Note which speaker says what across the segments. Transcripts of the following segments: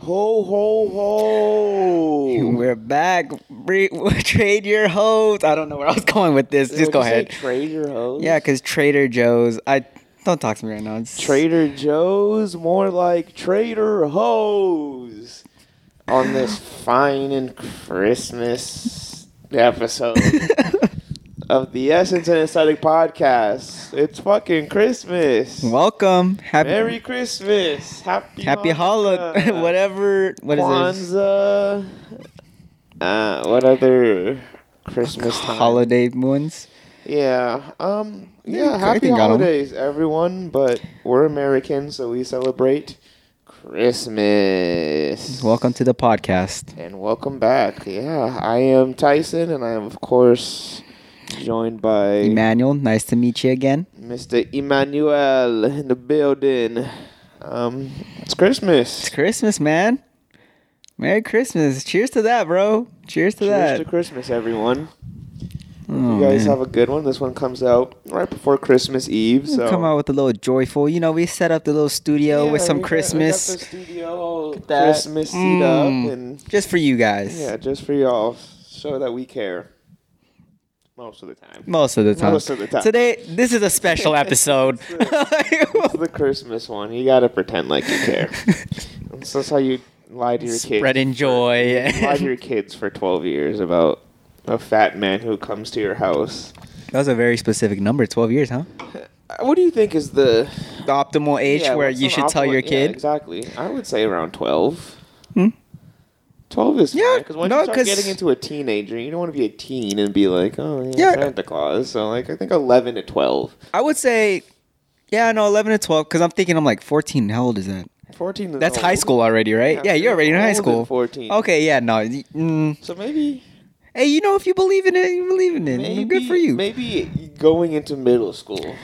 Speaker 1: Ho ho ho!
Speaker 2: We're back. Re- Trade your hoes. I don't know where I was going with this. Just
Speaker 1: Did you
Speaker 2: go
Speaker 1: say
Speaker 2: ahead.
Speaker 1: Trade your hoes.
Speaker 2: Yeah, because Trader Joe's. I don't talk to me right now. It's,
Speaker 1: Trader Joe's, more like Trader Hoes. On this fine and Christmas episode of the Essence and Aesthetic podcast, it's fucking Christmas.
Speaker 2: Welcome. Happy
Speaker 1: Merry Christmas. Happy
Speaker 2: Happy holiday.
Speaker 1: Hanukkah.
Speaker 2: Whatever. What is this?
Speaker 1: Kwanzaa. Uh, what other Christmas time?
Speaker 2: Holiday ones.
Speaker 1: Yeah. Um.
Speaker 2: Yeah,
Speaker 1: Yeah.
Speaker 2: I
Speaker 1: happy
Speaker 2: think I don't-
Speaker 1: holidays, everyone. But we're Americans, so we celebrate Christmas.
Speaker 2: Welcome to the podcast.
Speaker 1: and welcome back. Yeah, I am Tyson, and I am of course joined by
Speaker 2: Emmanuel, nice to meet you again.
Speaker 1: Mr. Emmanuel in the building. Um, it's Christmas.
Speaker 2: It's Christmas, man. Merry Christmas. Cheers to that, bro. Cheers to
Speaker 1: Cheers
Speaker 2: that.
Speaker 1: to Christmas, everyone.
Speaker 2: Oh,
Speaker 1: you guys
Speaker 2: man.
Speaker 1: have a good one. This one comes out right before Christmas Eve.
Speaker 2: We'll
Speaker 1: So
Speaker 2: come out with a little joyful. You know, we set up the little studio
Speaker 1: Yeah,
Speaker 2: with some
Speaker 1: we got- we got
Speaker 2: Christmas.
Speaker 1: the studio all
Speaker 2: that.
Speaker 1: Christmas seat
Speaker 2: Mm.
Speaker 1: up and
Speaker 2: just for you guys.
Speaker 1: yeah, just for y'all, show that we care. Most of the time,
Speaker 2: Most of the time.
Speaker 1: Most of the time.
Speaker 2: Today, this is a special episode.
Speaker 1: It's the Christmas one. You gotta pretend like you care. That's that's how you lie to your
Speaker 2: Spread
Speaker 1: kids.
Speaker 2: in joy.
Speaker 1: Lie to
Speaker 2: that
Speaker 1: your kids for twelve years about a fat man who comes to your house.
Speaker 2: was a very specific number. Twelve years, huh?
Speaker 1: Uh, What do you think is the
Speaker 2: The optimal age
Speaker 1: Yeah,
Speaker 2: where
Speaker 1: what's
Speaker 2: you
Speaker 1: an
Speaker 2: should tell
Speaker 1: optimal-
Speaker 2: your
Speaker 1: yeah,
Speaker 2: kid.
Speaker 1: exactly. I would say around twelve.
Speaker 2: Hmm?
Speaker 1: Twelve is
Speaker 2: Yeah,
Speaker 1: yeah. Because once
Speaker 2: no,
Speaker 1: you start
Speaker 2: 'cause-
Speaker 1: getting into a teenager, you don't want to be a teen and be like, oh yeah,
Speaker 2: Yeah.
Speaker 1: Santa Claus. So like, I think eleven to twelve.
Speaker 2: I would say, yeah, no, eleven to twelve. Because I'm thinking, I'm like fourteen. How old is that?
Speaker 1: Fourteen. Is
Speaker 2: That's
Speaker 1: old.
Speaker 2: high school already, right?
Speaker 1: Yeah,
Speaker 2: Yeah, you're already in high
Speaker 1: older than
Speaker 2: school.
Speaker 1: 14.
Speaker 2: Okay, yeah, no. y- Mm.
Speaker 1: So maybe,
Speaker 2: Hey, you know, if you believe in it, you believe in it.
Speaker 1: maybe
Speaker 2: Good for you.
Speaker 1: Maybe going into middle school.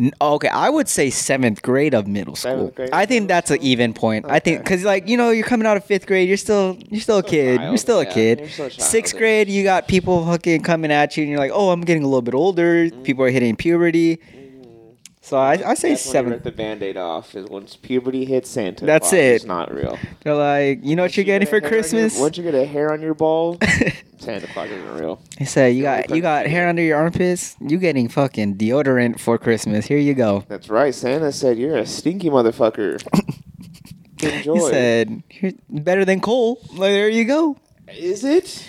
Speaker 2: N- oh, Okay, I would say seventh grade of middle school.
Speaker 1: Seventh grade
Speaker 2: I
Speaker 1: of
Speaker 2: think
Speaker 1: middle
Speaker 2: that's an even point. I think
Speaker 1: Okay.
Speaker 2: because like you know you're coming out of fifth grade, you're still you're still a kid.
Speaker 1: child,
Speaker 2: You're still a
Speaker 1: yeah.
Speaker 2: kid.
Speaker 1: You're still childish.
Speaker 2: Sixth grade, you got people fucking coming at you, and you're like, oh, I'm getting a little bit older.
Speaker 1: Mm-hmm.
Speaker 2: People are hitting puberty. So Uh, I, I say
Speaker 1: That's when you
Speaker 2: seventh.
Speaker 1: Mm-hmm. rip the band-aid off is once puberty hits Santa.
Speaker 2: That's
Speaker 1: Claus, It's
Speaker 2: it.
Speaker 1: not real.
Speaker 2: They're like, you know
Speaker 1: Once
Speaker 2: what you're
Speaker 1: you
Speaker 2: getting
Speaker 1: get a hair
Speaker 2: for
Speaker 1: on your-
Speaker 2: Christmas?
Speaker 1: once you get a hair on your ball, Santa Claus isn't real.
Speaker 2: They say you
Speaker 1: You're
Speaker 2: got
Speaker 1: only
Speaker 2: you got
Speaker 1: 13.
Speaker 2: hair under your armpits. You getting fucking deodorant for Christmas. Here you go.
Speaker 1: That's right. Santa said, "You're a stinky motherfucker." Enjoy.
Speaker 2: He said, "Here- better than coal. Like, there you go.
Speaker 1: "Is it?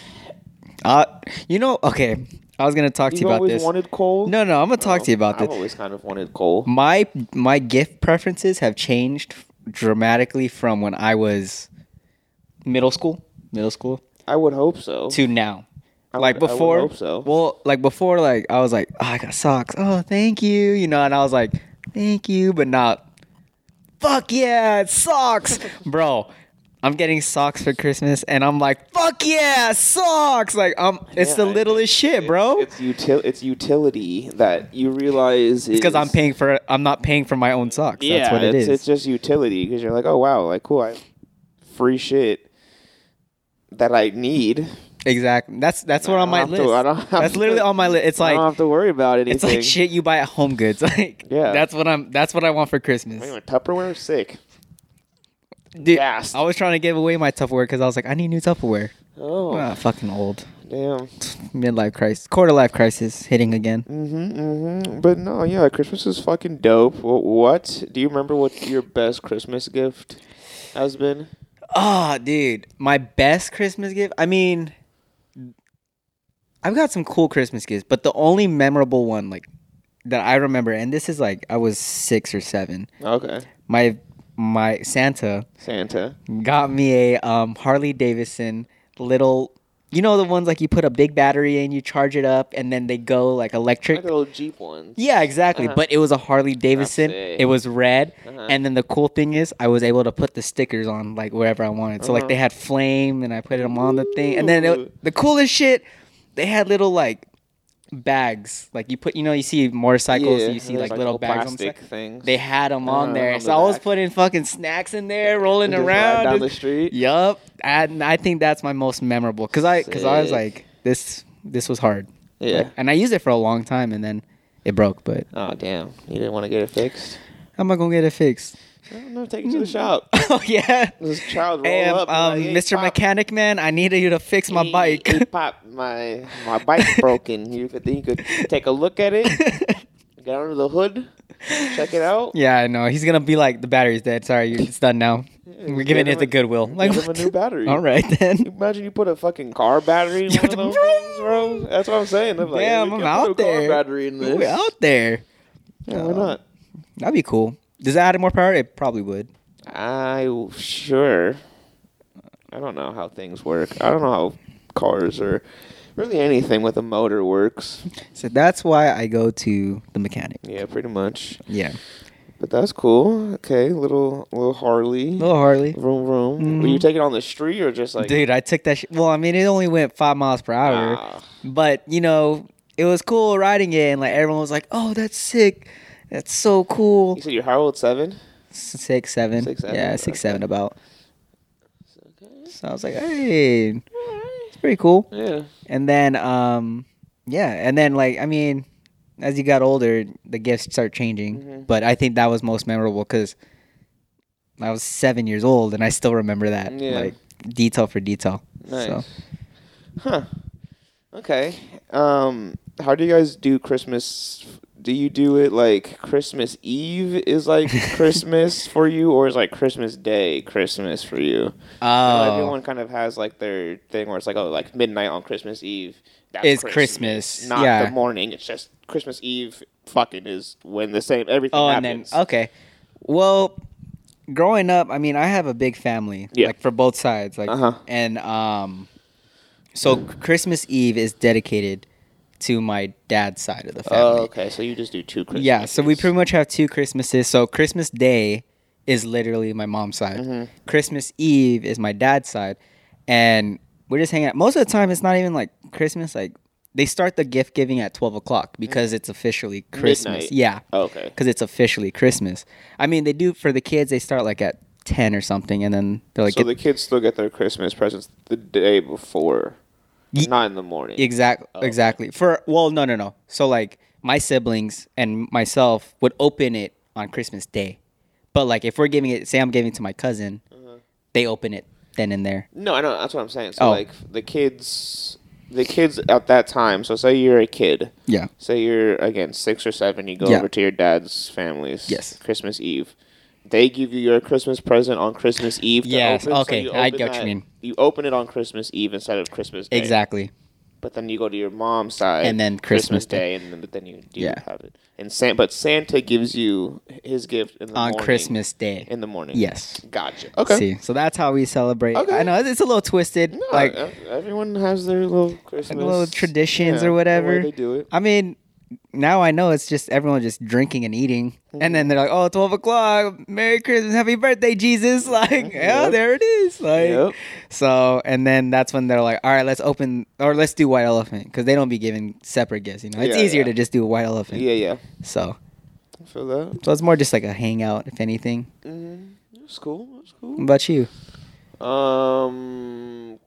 Speaker 2: Uh, you know, okay. I was gonna talk to
Speaker 1: You've
Speaker 2: you about
Speaker 1: always
Speaker 2: this.
Speaker 1: wanted coal."
Speaker 2: No, no, I'm gonna talk to you about
Speaker 1: I've
Speaker 2: this.
Speaker 1: always kind of wanted coal.
Speaker 2: My my gift preferences have changed dramatically from when I was middle school, middle school
Speaker 1: I would hope so.
Speaker 2: to now.
Speaker 1: I
Speaker 2: like
Speaker 1: would- I would
Speaker 2: before,
Speaker 1: hope so.
Speaker 2: well, like before, like I was like, oh, I got socks. Oh, thank you, you know, and I was like, thank you, but not. Fuck yeah, socks, bro. I'm getting socks for Christmas, and I'm like, fuck yeah, socks. Like, um, it's
Speaker 1: Yeah,
Speaker 2: the
Speaker 1: I-
Speaker 2: littlest shit, bro.
Speaker 1: It's util- It's utility that you realize is
Speaker 2: because I'm paying for I'm not paying for my own socks.
Speaker 1: Yeah,
Speaker 2: That's what it
Speaker 1: it's,
Speaker 2: is.
Speaker 1: it's just utility because you're like, oh wow, like cool, I free shit that I need.
Speaker 2: exactly. That's that's what on my
Speaker 1: I don't
Speaker 2: list.
Speaker 1: have to- I don't have
Speaker 2: that's
Speaker 1: to-
Speaker 2: literally on my list. It's
Speaker 1: I don't
Speaker 2: like
Speaker 1: have to worry about anything.
Speaker 2: it's like shit you buy at Home Goods. Like
Speaker 1: Yeah.
Speaker 2: that's what I'm that's what I want for
Speaker 1: Wait a
Speaker 2: Christmas.
Speaker 1: minute, Tupperware, sick.
Speaker 2: Dude,
Speaker 1: gassed.
Speaker 2: I was trying to give away my Tupperware because I was like, I need new Tupperware.
Speaker 1: Oh
Speaker 2: Ah, fucking old
Speaker 1: damn.
Speaker 2: midlife crisis, quarter life crisis hitting again.
Speaker 1: Mhm, mhm. But no, yeah, Christmas is fucking dope. What, what? Do you remember what your best Christmas gift has been?
Speaker 2: Ah, dude, my best Christmas gift. I mean, I've got some cool Christmas gifts, but the only memorable one, like that I remember, and this is like I was six or seven.
Speaker 1: Okay,
Speaker 2: My my Santa
Speaker 1: Santa.
Speaker 2: got me a um, Harley Davidson little. You know the ones like you put a big battery in, you charge it up, and then they go like
Speaker 1: Like
Speaker 2: electric.
Speaker 1: the little Jeep ones.
Speaker 2: Yeah, exactly.
Speaker 1: Uh-huh.
Speaker 2: But it was a Harley Davidson.
Speaker 1: see.
Speaker 2: It was red.
Speaker 1: Uh-huh.
Speaker 2: And then the cool thing is, I was able to put the stickers on like wherever I wanted. So like
Speaker 1: Uh-huh.
Speaker 2: they had flame, and I put them on the thing. And then
Speaker 1: Ooh.
Speaker 2: it, the coolest shit, they had little like bags. Like you put, you know, you see motorcycles,
Speaker 1: Yeah, uh-huh.
Speaker 2: and you see
Speaker 1: there's,
Speaker 2: like, little bags. On the
Speaker 1: plastic
Speaker 2: side.
Speaker 1: things.
Speaker 2: They had them on
Speaker 1: Uh,
Speaker 2: there,
Speaker 1: on
Speaker 2: so
Speaker 1: the
Speaker 2: I was
Speaker 1: back.
Speaker 2: putting fucking snacks in there, rolling
Speaker 1: Just ride
Speaker 2: around.
Speaker 1: down
Speaker 2: and-
Speaker 1: the street.
Speaker 2: Yup, and I think that's my most memorable because I because I was
Speaker 1: Sick.
Speaker 2: like this this was hard.
Speaker 1: Yeah.
Speaker 2: Like, and I used it for a long time, and then it broke. But
Speaker 1: Oh damn! You didn't want to get it fixed.
Speaker 2: how am I gonna get it fixed?
Speaker 1: I don't know. Take it to the shop.
Speaker 2: oh yeah.
Speaker 1: This child roll
Speaker 2: Hey, um,
Speaker 1: up. and
Speaker 2: um,
Speaker 1: like, "Hey,
Speaker 2: Mr.
Speaker 1: Pop,
Speaker 2: Mechanic Man, I needed you to fix my
Speaker 1: hey,
Speaker 2: bike.
Speaker 1: hey, pop, my my bike's broken. You could you could take a look at it. Get under the hood. Check it out.
Speaker 2: yeah, I know. He's gonna be like, the battery's dead. Sorry, you- it's done now. We're
Speaker 1: give
Speaker 2: giving
Speaker 1: him
Speaker 2: it the
Speaker 1: a-
Speaker 2: goodwill. Like,
Speaker 1: give him
Speaker 2: what?
Speaker 1: a new battery.
Speaker 2: all right then.
Speaker 1: Imagine you put a fucking car battery in
Speaker 2: You
Speaker 1: one of
Speaker 2: put
Speaker 1: those
Speaker 2: the-
Speaker 1: things, bro. That's what I'm saying. I'm like, hey,
Speaker 2: Damn,
Speaker 1: we
Speaker 2: I'm
Speaker 1: can
Speaker 2: out
Speaker 1: put a car
Speaker 2: there.
Speaker 1: Battery in this.
Speaker 2: We're out there.
Speaker 1: Yeah, why not?
Speaker 2: That'd be cool. Does that add more power? It probably would.
Speaker 1: I sure. I don't know how things work. I don't know how cars or really anything with a motor works.
Speaker 2: So that's why I go to the mechanic.
Speaker 1: Yeah, pretty much.
Speaker 2: Yeah.
Speaker 1: But that's cool. Okay, little little Harley.
Speaker 2: Little Harley.
Speaker 1: Vroom vroom. Were you taking it on the street or just like?
Speaker 2: Mm-hmm. Dude, I took that. Sh- well, I mean, it only went five miles per hour,
Speaker 1: ah,
Speaker 2: but you know, it was cool riding it, and like everyone was like, "Oh, that's sick! That's so cool!"
Speaker 1: you said you're how old? Seven.
Speaker 2: Six, seven,
Speaker 1: Six, seven,
Speaker 2: yeah, six,
Speaker 1: okay.
Speaker 2: seven, about.
Speaker 1: Okay.
Speaker 2: So I was like, "Hey, it's pretty cool."
Speaker 1: Yeah.
Speaker 2: And then, um, yeah, and then like I mean, as you got older, the gifts start changing.
Speaker 1: Mhm.
Speaker 2: But I think that was most memorable because I was seven years old, and I still remember that,
Speaker 1: Yeah.
Speaker 2: like detail for detail.
Speaker 1: Nice.
Speaker 2: So
Speaker 1: Huh. Okay. Um, how do you guys do Christmas? Do you do it like Christmas Eve is like Christmas for you, or is like Christmas Day Christmas for you? I know
Speaker 2: oh,
Speaker 1: everyone kind of has like their thing where it's like oh, like midnight on Christmas Eve. That's
Speaker 2: It's Christmas,
Speaker 1: not
Speaker 2: yeah.
Speaker 1: the morning. It's just Christmas Eve. Fucking is when the same everything
Speaker 2: oh, and then
Speaker 1: happens.
Speaker 2: okay. Well, growing up, I mean, I have a big family,
Speaker 1: Yeah.
Speaker 2: like for both sides, like,
Speaker 1: Uh-huh.
Speaker 2: and um, so Christmas Eve is dedicated to my dad's side of the
Speaker 1: Oh,
Speaker 2: family.
Speaker 1: okay. So you just do two Christmas.
Speaker 2: Yeah, so we pretty much have two Christmases. So Christmas Day is literally my mom's side.
Speaker 1: Mm-hmm.
Speaker 2: Christmas Eve is my dad's side, and we're just hanging out. Most of the time, it's not even like Christmas. Like they start the gift giving at twelve o'clock because it's officially Christmas.
Speaker 1: Mm. Midnight.
Speaker 2: Yeah,
Speaker 1: Okay.
Speaker 2: because it's officially Christmas. I mean, they do for the kids. They start like at ten or something, and then they're like,
Speaker 1: So the kids still get their Christmas presents the day before,
Speaker 2: Ye-
Speaker 1: not in the morning.
Speaker 2: Exact,
Speaker 1: Oh, okay.
Speaker 2: exactly. For well, no, no, no. So like my siblings and myself would open it on Christmas Day, but like if we're giving it, say I'm giving it to my cousin,
Speaker 1: Uh-huh.
Speaker 2: they open it then and there.
Speaker 1: No, I know that's what I'm saying. So
Speaker 2: Oh.
Speaker 1: like the kids, the kids at that time. So say you're a kid.
Speaker 2: Yeah.
Speaker 1: Say you're again six or seven. You go
Speaker 2: Yeah.
Speaker 1: over to your dad's family's.
Speaker 2: Yes.
Speaker 1: Christmas Eve. They give you your Christmas present on Christmas Eve. to
Speaker 2: Yes,
Speaker 1: open, so
Speaker 2: okay,
Speaker 1: you
Speaker 2: I
Speaker 1: open
Speaker 2: get what you
Speaker 1: that-
Speaker 2: mean.
Speaker 1: You open it on Christmas Eve instead of Christmas Day.
Speaker 2: Exactly.
Speaker 1: But then you go to your mom's side.
Speaker 2: And then Christmas Day.
Speaker 1: and then but then you do
Speaker 2: Yeah.
Speaker 1: have it. And San, but Santa gives you his gift in the
Speaker 2: On
Speaker 1: morning,
Speaker 2: Christmas Day.
Speaker 1: in the morning.
Speaker 2: Yes.
Speaker 1: Gotcha. Okay.
Speaker 2: See, so that's how we celebrate.
Speaker 1: Okay.
Speaker 2: I know it's a little twisted,
Speaker 1: No,
Speaker 2: like
Speaker 1: e- everyone has their little Christmas
Speaker 2: little traditions
Speaker 1: yeah, the
Speaker 2: or
Speaker 1: way
Speaker 2: whatever.
Speaker 1: they do it.
Speaker 2: I mean, now I know it's just everyone just drinking and eating. And
Speaker 1: Mm-hmm.
Speaker 2: then they're like, oh, 12 o'clock, Merry Christmas, Happy Birthday, Jesus. Like, oh,
Speaker 1: Yep.
Speaker 2: there it is. Like,
Speaker 1: Yep.
Speaker 2: so, and then that's when they're like, all right, let's open or let's do White Elephant because they don't be giving separate gifts. You know, it's
Speaker 1: Yeah,
Speaker 2: easier
Speaker 1: yeah.
Speaker 2: to just do a White Elephant.
Speaker 1: Yeah, yeah.
Speaker 2: So,
Speaker 1: I feel that.
Speaker 2: so it's more just like a hangout, if anything.
Speaker 1: Mm-hmm. It's cool. It's
Speaker 2: What
Speaker 1: cool.
Speaker 2: about you? Mm.
Speaker 1: Um,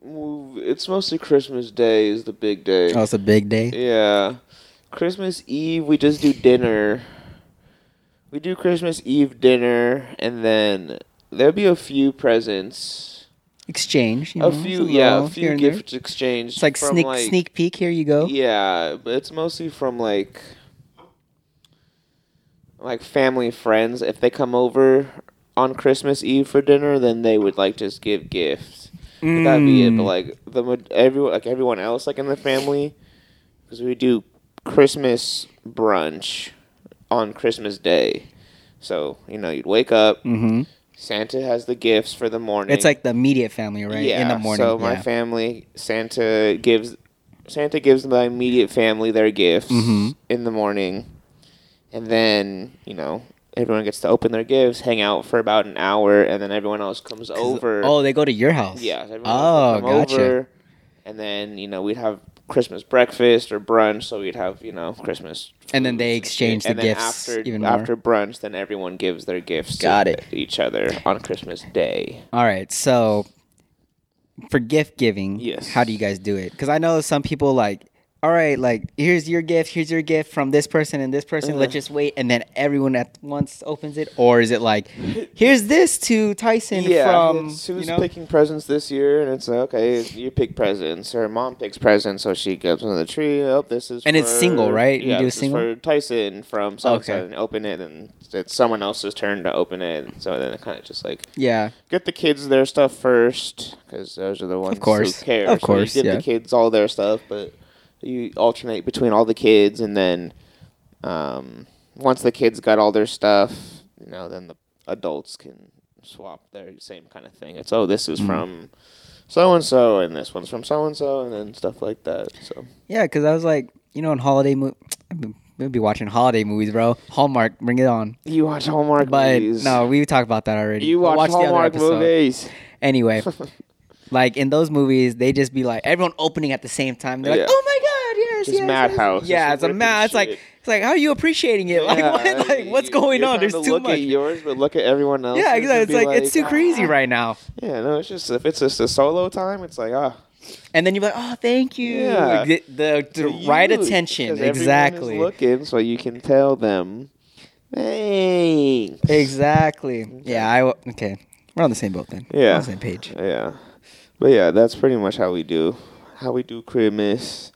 Speaker 1: well, it's mostly Christmas Day is the big day.
Speaker 2: Oh, it's a big day.
Speaker 1: Yeah, Christmas Eve we just do dinner. We do Christmas Eve dinner, and then there'll be a few presents,
Speaker 2: Exchange. You know,
Speaker 1: a
Speaker 2: it's
Speaker 1: few yeah,
Speaker 2: little
Speaker 1: a
Speaker 2: here
Speaker 1: few
Speaker 2: and there.
Speaker 1: gifts exchanged.
Speaker 2: It's like
Speaker 1: from,
Speaker 2: sneak
Speaker 1: like-
Speaker 2: sneak peek. Here you go.
Speaker 1: Yeah, but it's mostly from like like family friends. If they come over on Christmas Eve for dinner, then they would like just give gifts. But That'd be it. But
Speaker 2: Mm.
Speaker 1: like the ma- everyone, like everyone else, like in the family, because we do Christmas brunch on Christmas Day. So you know, you'd wake up.
Speaker 2: Mm-hmm.
Speaker 1: Santa has the gifts for the morning.
Speaker 2: It's like the immediate family, right?
Speaker 1: Yeah.
Speaker 2: in the morning.
Speaker 1: So my
Speaker 2: yeah.
Speaker 1: family, Santa gives Santa gives my immediate family their gifts
Speaker 2: Mhm.
Speaker 1: in the morning, and then you know everyone gets to open their gifts, hang out for about an hour, and then everyone else comes
Speaker 2: 'Cause-
Speaker 1: over.
Speaker 2: Oh, they go to your house.
Speaker 1: yeah. Everyone
Speaker 2: Oh,
Speaker 1: else would come
Speaker 2: gotcha.
Speaker 1: Over, and then you know we'd have Christmas breakfast or brunch, so we'd have you know Christmas.
Speaker 2: And then
Speaker 1: foods
Speaker 2: they
Speaker 1: and shit.
Speaker 2: exchange the
Speaker 1: And then
Speaker 2: gifts
Speaker 1: after
Speaker 2: even more.
Speaker 1: after brunch. Then everyone gives their gifts
Speaker 2: Got
Speaker 1: to
Speaker 2: it.
Speaker 1: each other on Christmas Day.
Speaker 2: All right. So for gift giving,
Speaker 1: Yes.
Speaker 2: how do you guys do it? Because I know some people like all right, like here's your gift, here's your gift from this person and this person. Let's
Speaker 1: Uh.
Speaker 2: just wait, and then everyone at once opens it, or is it like, here's this to Tyson
Speaker 1: yeah,
Speaker 2: from
Speaker 1: it's
Speaker 2: you
Speaker 1: who's
Speaker 2: know?
Speaker 1: picking presents this year, and it's like, okay, you pick presents. Her mom picks presents, so she goes under the tree. Oh, this is
Speaker 2: And it's
Speaker 1: for-
Speaker 2: single, right? You
Speaker 1: Yeah,
Speaker 2: do a
Speaker 1: this is
Speaker 2: single? Oh,
Speaker 1: for Tyson from so
Speaker 2: Okay.
Speaker 1: and open it, and it's someone else's turn to open it. So then it kind of just like
Speaker 2: yeah,
Speaker 1: get the kids their stuff first, because those are the ones
Speaker 2: course.
Speaker 1: who care.
Speaker 2: Of course,
Speaker 1: so you give
Speaker 2: yeah.
Speaker 1: the kids all their stuff, but you alternate between all the kids, and then um, once the kids got all their stuff, you know, then the adults can swap their same kind of thing. It's oh, this
Speaker 2: Mm-hmm.
Speaker 1: is from so and so, and this one's from so and so, and then stuff like that. So
Speaker 2: yeah. Because I was like, you know, in holiday movie, we'll be watching holiday movies, bro. Hallmark, bring it on.
Speaker 1: you watch Hallmark
Speaker 2: But
Speaker 1: movies.
Speaker 2: no, we talked about that already.
Speaker 1: you
Speaker 2: We'll
Speaker 1: watch,
Speaker 2: watch the other
Speaker 1: Hallmark
Speaker 2: episode.
Speaker 1: movies.
Speaker 2: Anyway, like in those movies, they just be like everyone opening at the same time. They're
Speaker 1: Yeah.
Speaker 2: like, "Oh my god, yes,
Speaker 1: Just
Speaker 2: yes,
Speaker 1: madhouse.
Speaker 2: Yes. Yeah,
Speaker 1: Just
Speaker 2: it's a
Speaker 1: ripping
Speaker 2: mad. It's like
Speaker 1: shit.
Speaker 2: it's like how are you appreciating it? Like,
Speaker 1: Yeah,
Speaker 2: what? like what's
Speaker 1: you-
Speaker 2: going
Speaker 1: you're
Speaker 2: on?
Speaker 1: trying
Speaker 2: There's
Speaker 1: to
Speaker 2: too
Speaker 1: look
Speaker 2: much.
Speaker 1: At yours, but look at everyone else.
Speaker 2: yeah, exactly. It's like, it's too
Speaker 1: "Ah."
Speaker 2: crazy right now.
Speaker 1: Yeah, no, it's just if it's just a solo time, it's like ah,
Speaker 2: And then you're like, "Oh, thank you."
Speaker 1: Yeah.
Speaker 2: The, the, the
Speaker 1: to
Speaker 2: right
Speaker 1: you,
Speaker 2: attention.
Speaker 1: 'cause everyone is
Speaker 2: Exactly.
Speaker 1: looking, so you can tell them, hey,
Speaker 2: Exactly. Yeah. I w- okay. We're on the same boat then. We're
Speaker 1: Yeah.
Speaker 2: on the same page.
Speaker 1: yeah, but yeah, that's pretty much how we do, how we do Christmas,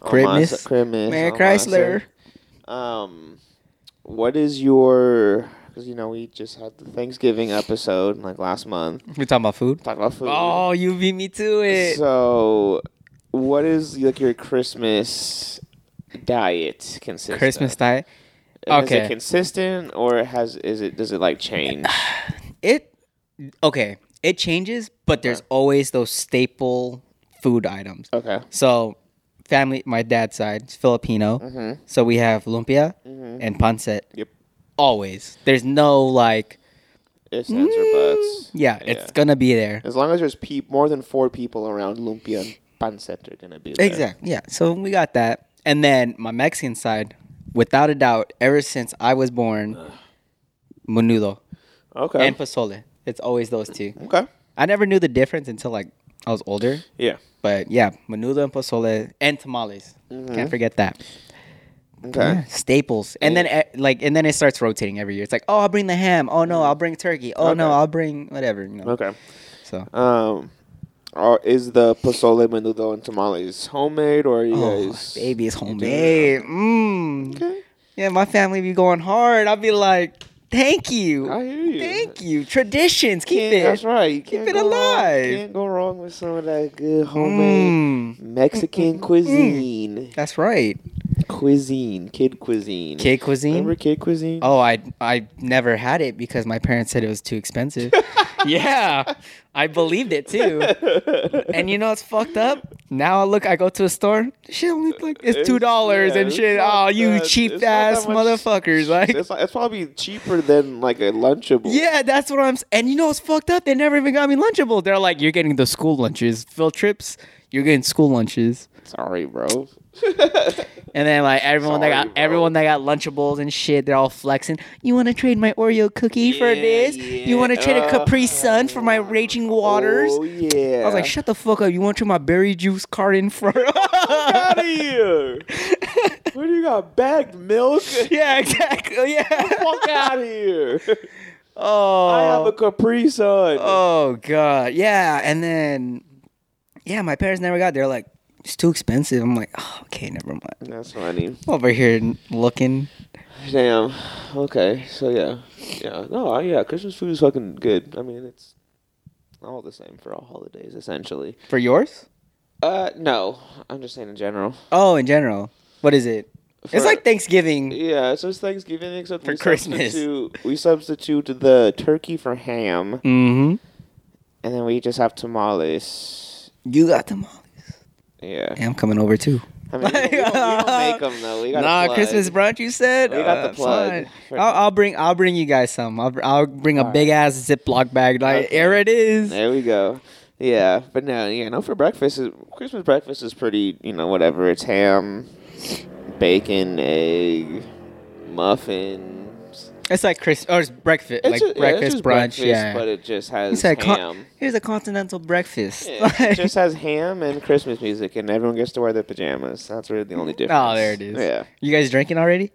Speaker 2: Christmas?
Speaker 1: Almasa- Christmas,
Speaker 2: Mayor
Speaker 1: Almasa.
Speaker 2: Chrysler.
Speaker 1: Um, what is your? Because you know we just had the Thanksgiving episode like last month.
Speaker 2: We're talking about food.
Speaker 1: Talk about food.
Speaker 2: Oh, you beat me to it.
Speaker 1: So, what is like your Christmas diet consist?
Speaker 2: Christmas
Speaker 1: Of?
Speaker 2: diet.
Speaker 1: And Is
Speaker 2: okay.
Speaker 1: it consistent or has is it does it like change?
Speaker 2: It okay. It changes, but there's always those staple food items.
Speaker 1: Okay.
Speaker 2: So, family, my dad's side is Filipino, so we have lumpia and pancit.
Speaker 1: Yep.
Speaker 2: Always, there's no like,
Speaker 1: It's ends or butts.
Speaker 2: Mm, yeah, it's gonna be there.
Speaker 1: as long as there's peop more than four people around lumpia and pancet are gonna be there.
Speaker 2: Exactly. Yeah. So we got that, and then my Mexican side, without a doubt, ever since I was born, menudo
Speaker 1: Okay.
Speaker 2: and pozole. It's always those two.
Speaker 1: okay.
Speaker 2: I never knew the difference until like I was older.
Speaker 1: Yeah.
Speaker 2: But yeah, menudo and pozole and tamales. Can't forget that.
Speaker 1: Mm-hmm. Okay.
Speaker 2: Staples. And then eh, like and then it starts rotating every year. It's like, "Oh, I'll bring the ham. Oh no, I'll bring turkey. Oh no,
Speaker 1: Okay.
Speaker 2: I'll bring whatever, you know."
Speaker 1: Okay.
Speaker 2: So
Speaker 1: Um. Or is the pozole, menudo, and tamales homemade, or are you
Speaker 2: Oh,
Speaker 1: guys?
Speaker 2: baby is
Speaker 1: doing
Speaker 2: homemade. Mm.
Speaker 1: Okay.
Speaker 2: Yeah, my family be going hard. I'll be like, "Thank you.
Speaker 1: I hear you.
Speaker 2: Thank you. Traditions. Keep
Speaker 1: Can't- That's
Speaker 2: it."
Speaker 1: right. You can't
Speaker 2: it
Speaker 1: go wrong-
Speaker 2: alive.
Speaker 1: can't go wrong with some of that good homemade
Speaker 2: Mm.
Speaker 1: Mexican cuisine.
Speaker 2: That's right.
Speaker 1: Cuisine, kid cuisine.
Speaker 2: Kid cuisine.
Speaker 1: Remember kid cuisine?
Speaker 2: Oh, I I never had it because my parents said it was too expensive. yeah, I believed it too. And you know what's fucked up? Now I look, I go to a store. Shit, only like it's
Speaker 1: It's-
Speaker 2: two dollars
Speaker 1: yeah,
Speaker 2: and
Speaker 1: it's
Speaker 2: shit.
Speaker 1: not
Speaker 2: Oh, you
Speaker 1: that-
Speaker 2: cheap
Speaker 1: it's not that
Speaker 2: ass
Speaker 1: much-
Speaker 2: motherfuckers! Like,
Speaker 1: it's, it's probably cheaper than like a lunchable.
Speaker 2: yeah, that's what I'm. s- And you know what's fucked up? They never even got me lunchable. They're like, you're getting the school lunches, field trips. You're getting school lunches.
Speaker 1: Sorry, bro.
Speaker 2: And then like everyone that
Speaker 1: Sorry,
Speaker 2: got
Speaker 1: bro.
Speaker 2: everyone that got Lunchables and shit, they're all flexing. You want to trade my Oreo cookie for
Speaker 1: Yeah,
Speaker 2: this? You want to
Speaker 1: yeah.
Speaker 2: trade a
Speaker 1: Uh,
Speaker 2: Capri Sun for my Raging Waters?
Speaker 1: Oh yeah.
Speaker 2: I was like, shut the fuck up. You want to trade my berry juice carton for?
Speaker 1: out of here. what do you got? Bagged milk?
Speaker 2: yeah, exactly. Oh, Yeah.
Speaker 1: Fuck out of here.
Speaker 2: Oh.
Speaker 1: I have a Capri Sun.
Speaker 2: oh god. Yeah. And then, yeah, my parents never got. They're like, it's too expensive. I'm like, oh, okay, never mind.
Speaker 1: That's funny.
Speaker 2: I'm over here looking.
Speaker 1: Damn. Okay. So yeah. Yeah. No. I- Yeah. Christmas food is fucking good. I mean, it's all the same for all holidays, essentially.
Speaker 2: For yours?
Speaker 1: Uh, no. I'm just saying in general.
Speaker 2: Oh, in general. What is it?
Speaker 1: For-
Speaker 2: it's like Thanksgiving.
Speaker 1: Yeah. It's just Thanksgiving except
Speaker 2: For
Speaker 1: we
Speaker 2: Christmas.
Speaker 1: substitute- we substitute the turkey for ham,
Speaker 2: Mm-hmm.
Speaker 1: and then we just have tamales.
Speaker 2: You got them all.
Speaker 1: Yeah.
Speaker 2: I'm coming over too.
Speaker 1: I mean, we don't, we don't make them though. We got
Speaker 2: Nah, Christmas brunch. You said Uh,
Speaker 1: We got the plug.
Speaker 2: fine. Oh, I'll, I'll bring. I'll bring you guys some. I'll, br- I'll bring a big ass Ziploc bag. Like
Speaker 1: Okay.
Speaker 2: here it is.
Speaker 1: There we go. Yeah, but no, yeah, no. For breakfast, is, Christmas breakfast is pretty, you know, whatever. It's ham, bacon, egg, muffins,
Speaker 2: It's like Chris or it's breakfast,
Speaker 1: It's
Speaker 2: like
Speaker 1: ju- yeah, it's
Speaker 2: breakfast brunch.
Speaker 1: just breakfast,
Speaker 2: yeah.
Speaker 1: but it just has
Speaker 2: It's like con-
Speaker 1: ham.
Speaker 2: here's a continental breakfast.
Speaker 1: Yeah, it just has ham and Christmas music, and everyone gets to wear their pajamas. That's really the only difference.
Speaker 2: oh, there it is.
Speaker 1: Yeah,
Speaker 2: You guys drinking already?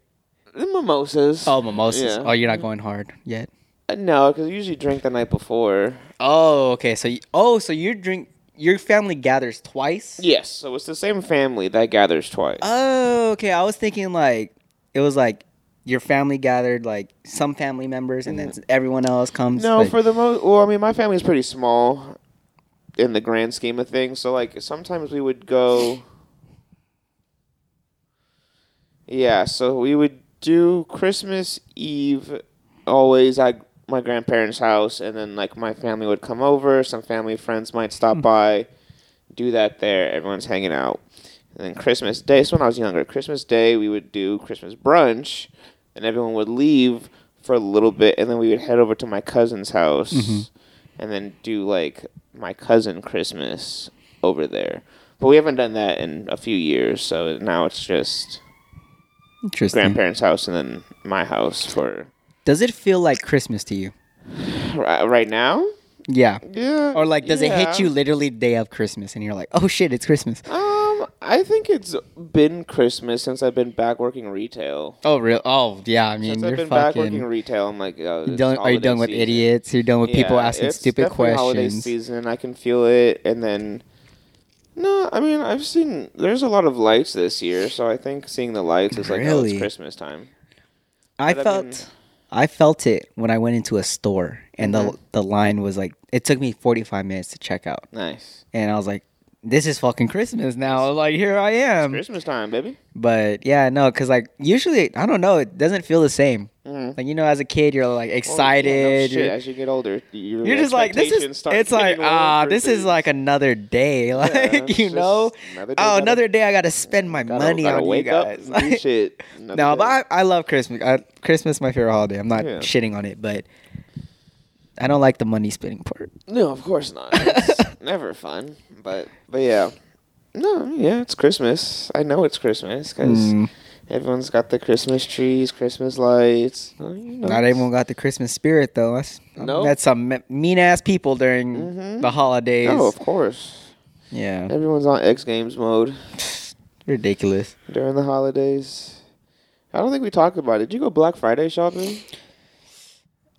Speaker 1: the mimosas.
Speaker 2: Oh, mimosas.
Speaker 1: Yeah.
Speaker 2: Oh, you're not going hard yet.
Speaker 1: Uh, no, because usually drink the night before.
Speaker 2: Oh, okay. So you, oh, so you drink your family gathers twice?
Speaker 1: Yes, so it's the same family that gathers twice.
Speaker 2: Oh, okay. I was thinking like it was like your family gathered like some family members and then everyone else comes.
Speaker 1: no,
Speaker 2: like-
Speaker 1: for the most. Well, I mean, my family's pretty small in the grand scheme of things. So like sometimes we would go. Yeah, so we would do Christmas Eve always at my grandparents' house, and then like my family would come over. Some family friends might stop by, do that there. Everyone's hanging out. And then Christmas Day. So when I was younger, Christmas Day we would do Christmas brunch, and everyone would leave for a little bit, and then we would head over to my cousin's house, and then do like my cousin Christmas over there. But we haven't done that in a few years, so now it's just
Speaker 2: Interesting.
Speaker 1: grandparents' house and then my house for
Speaker 2: Does it feel like Christmas to you?
Speaker 1: ri- right now.
Speaker 2: Yeah.
Speaker 1: Yeah.
Speaker 2: Or like, does it
Speaker 1: yeah.
Speaker 2: hit you literally day of Christmas, and you're like, "Oh shit, it's Christmas."
Speaker 1: Um, I think it's been Christmas since I've been back working retail.
Speaker 2: Oh real? Oh yeah. I mean,
Speaker 1: Since
Speaker 2: you're
Speaker 1: I've been back working
Speaker 2: fucking.
Speaker 1: retail, I'm like, oh, it's
Speaker 2: Done, are you
Speaker 1: holiday
Speaker 2: done with
Speaker 1: season.
Speaker 2: idiots? You're done with people
Speaker 1: Yeah,
Speaker 2: asking
Speaker 1: it's
Speaker 2: stupid
Speaker 1: definitely Holiday
Speaker 2: questions.
Speaker 1: season, I can feel it, and then. No, I mean I've seen there's a lot of lights this year, so I think seeing the lights is like oh, it's
Speaker 2: Really?
Speaker 1: Christmas time.
Speaker 2: I
Speaker 1: But I
Speaker 2: felt, I,
Speaker 1: mean-
Speaker 2: felt it when I went into a store, and
Speaker 1: Mm-hmm.
Speaker 2: the the line was like, it took me 45 minutes to check out,
Speaker 1: Nice,
Speaker 2: and I was like, "This is fucking Christmas now!" Like here I am.
Speaker 1: Christmas time, baby.
Speaker 2: But yeah, no, because like usually I don't know, it doesn't feel the same.
Speaker 1: Mhm.
Speaker 2: Like you know, as a kid, you're like
Speaker 1: Oh, yeah, no
Speaker 2: excited.
Speaker 1: shit,
Speaker 2: you're-
Speaker 1: as you get older, your
Speaker 2: you're just like this
Speaker 1: expectations
Speaker 2: is.
Speaker 1: start
Speaker 2: It's like
Speaker 1: getting
Speaker 2: ah,
Speaker 1: lower
Speaker 2: this is
Speaker 1: things.
Speaker 2: like another day. Like
Speaker 1: it's
Speaker 2: you
Speaker 1: just
Speaker 2: know,
Speaker 1: another day,
Speaker 2: oh,
Speaker 1: gotta-
Speaker 2: another day I gotta spend my
Speaker 1: Gotta-
Speaker 2: money
Speaker 1: gotta
Speaker 2: on you
Speaker 1: wake up
Speaker 2: guys.
Speaker 1: and do
Speaker 2: Like,
Speaker 1: shit.
Speaker 2: no, but I, I love Christmas. I, Christmas is my favorite holiday. I'm not
Speaker 1: Yeah.
Speaker 2: shitting on it, but I don't like the money spending part.
Speaker 1: no, of course not. It's never fun, but but yeah, no, yeah, it's Christmas. I know it's Christmas because
Speaker 2: Mm.
Speaker 1: everyone's got the Christmas trees, Christmas lights. Oh, you know,
Speaker 2: Not everyone got the Christmas spirit though. That's
Speaker 1: Nope.
Speaker 2: that's some mean ass people during
Speaker 1: Mhm.
Speaker 2: the holidays.
Speaker 1: No, of course,
Speaker 2: Yeah,
Speaker 1: everyone's on X Games mode
Speaker 2: ridiculous.
Speaker 1: during the holidays. I don't think we talked about it. Did you go Black Friday shopping?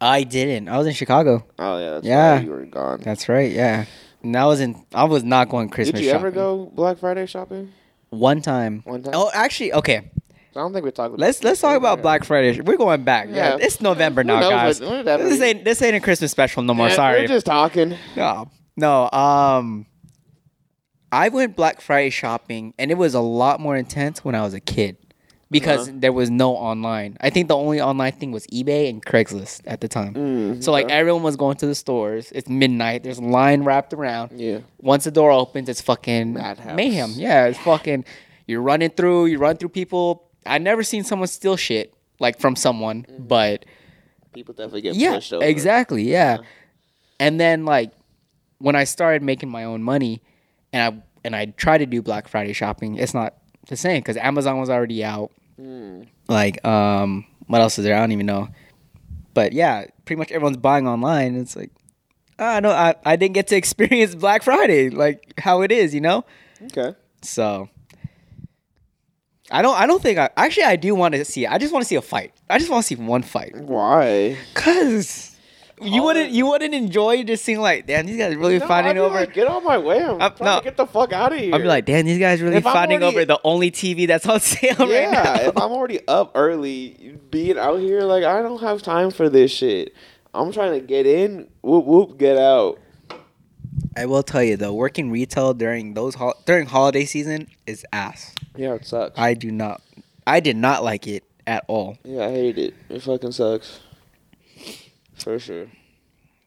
Speaker 2: I didn't. I was in Chicago.
Speaker 1: Oh yeah, that's
Speaker 2: Yeah.
Speaker 1: Right, you were gone.
Speaker 2: That's right. Yeah. And I was in. I was not going Christmas.
Speaker 1: Did you ever
Speaker 2: shopping.
Speaker 1: go Black Friday shopping?
Speaker 2: One time.
Speaker 1: One time?
Speaker 2: Oh, actually, okay.
Speaker 1: I don't think we talked. About
Speaker 2: Let's let's talk about Black Friday. We're going back.
Speaker 1: Yeah.
Speaker 2: Yeah. It's November
Speaker 1: Who
Speaker 2: now,
Speaker 1: knows
Speaker 2: guys.
Speaker 1: what- whatever.
Speaker 2: This ain't this ain't a Christmas special no more.
Speaker 1: Yeah,
Speaker 2: Sorry.
Speaker 1: We're just talking.
Speaker 2: no. No. Um. I went Black Friday shopping, and it was a lot more intense when I was a kid. Because there was no online. I think the only online thing was eBay and Craigslist at the time. So like everyone was going to the stores. It's midnight. There's a line wrapped around.
Speaker 1: Yeah.
Speaker 2: Once the door opens, it's fucking
Speaker 1: Madhouse.
Speaker 2: mayhem. Yeah, it's fucking. You're running through. You run through people. I never seen someone steal shit like from someone, but
Speaker 1: People definitely get
Speaker 2: yeah,
Speaker 1: pushed over.
Speaker 2: exactly. Yeah. and then like when I started making my own money, and I and I tried to do Black Friday shopping, it's not the same because Amazon was already out. Like, um, what else is there? I don't even know. But yeah, pretty much everyone's buying online. It's like, ah, no, I I didn't get to experience Black Friday like how it is, you know.
Speaker 1: Okay.
Speaker 2: So I don't I don't think I actually I do want to see I just want to see a fight. I just want to see one fight.
Speaker 1: Why?
Speaker 2: Cuz you
Speaker 1: Oh.
Speaker 2: wouldn't you wouldn't enjoy just seeing like damn these guys really fighting over
Speaker 1: get on my way. I'm,
Speaker 2: I'm-
Speaker 1: trying
Speaker 2: no.
Speaker 1: to get the fuck out of here.
Speaker 2: I'd be like damn these guys really
Speaker 1: If I'm
Speaker 2: fighting
Speaker 1: already-
Speaker 2: over the only TV that's on sale right now.
Speaker 1: yeah. if I'm already up early, being out here, like I don't have time for this shit. I'm trying to get in. Whoop whoop. Get out.
Speaker 2: I will tell you though working retail during those hol- during holiday season is ass.
Speaker 1: Yeah, it sucks.
Speaker 2: I do not I did not like it at all.
Speaker 1: yeah, I hate it. It fucking sucks. For sure.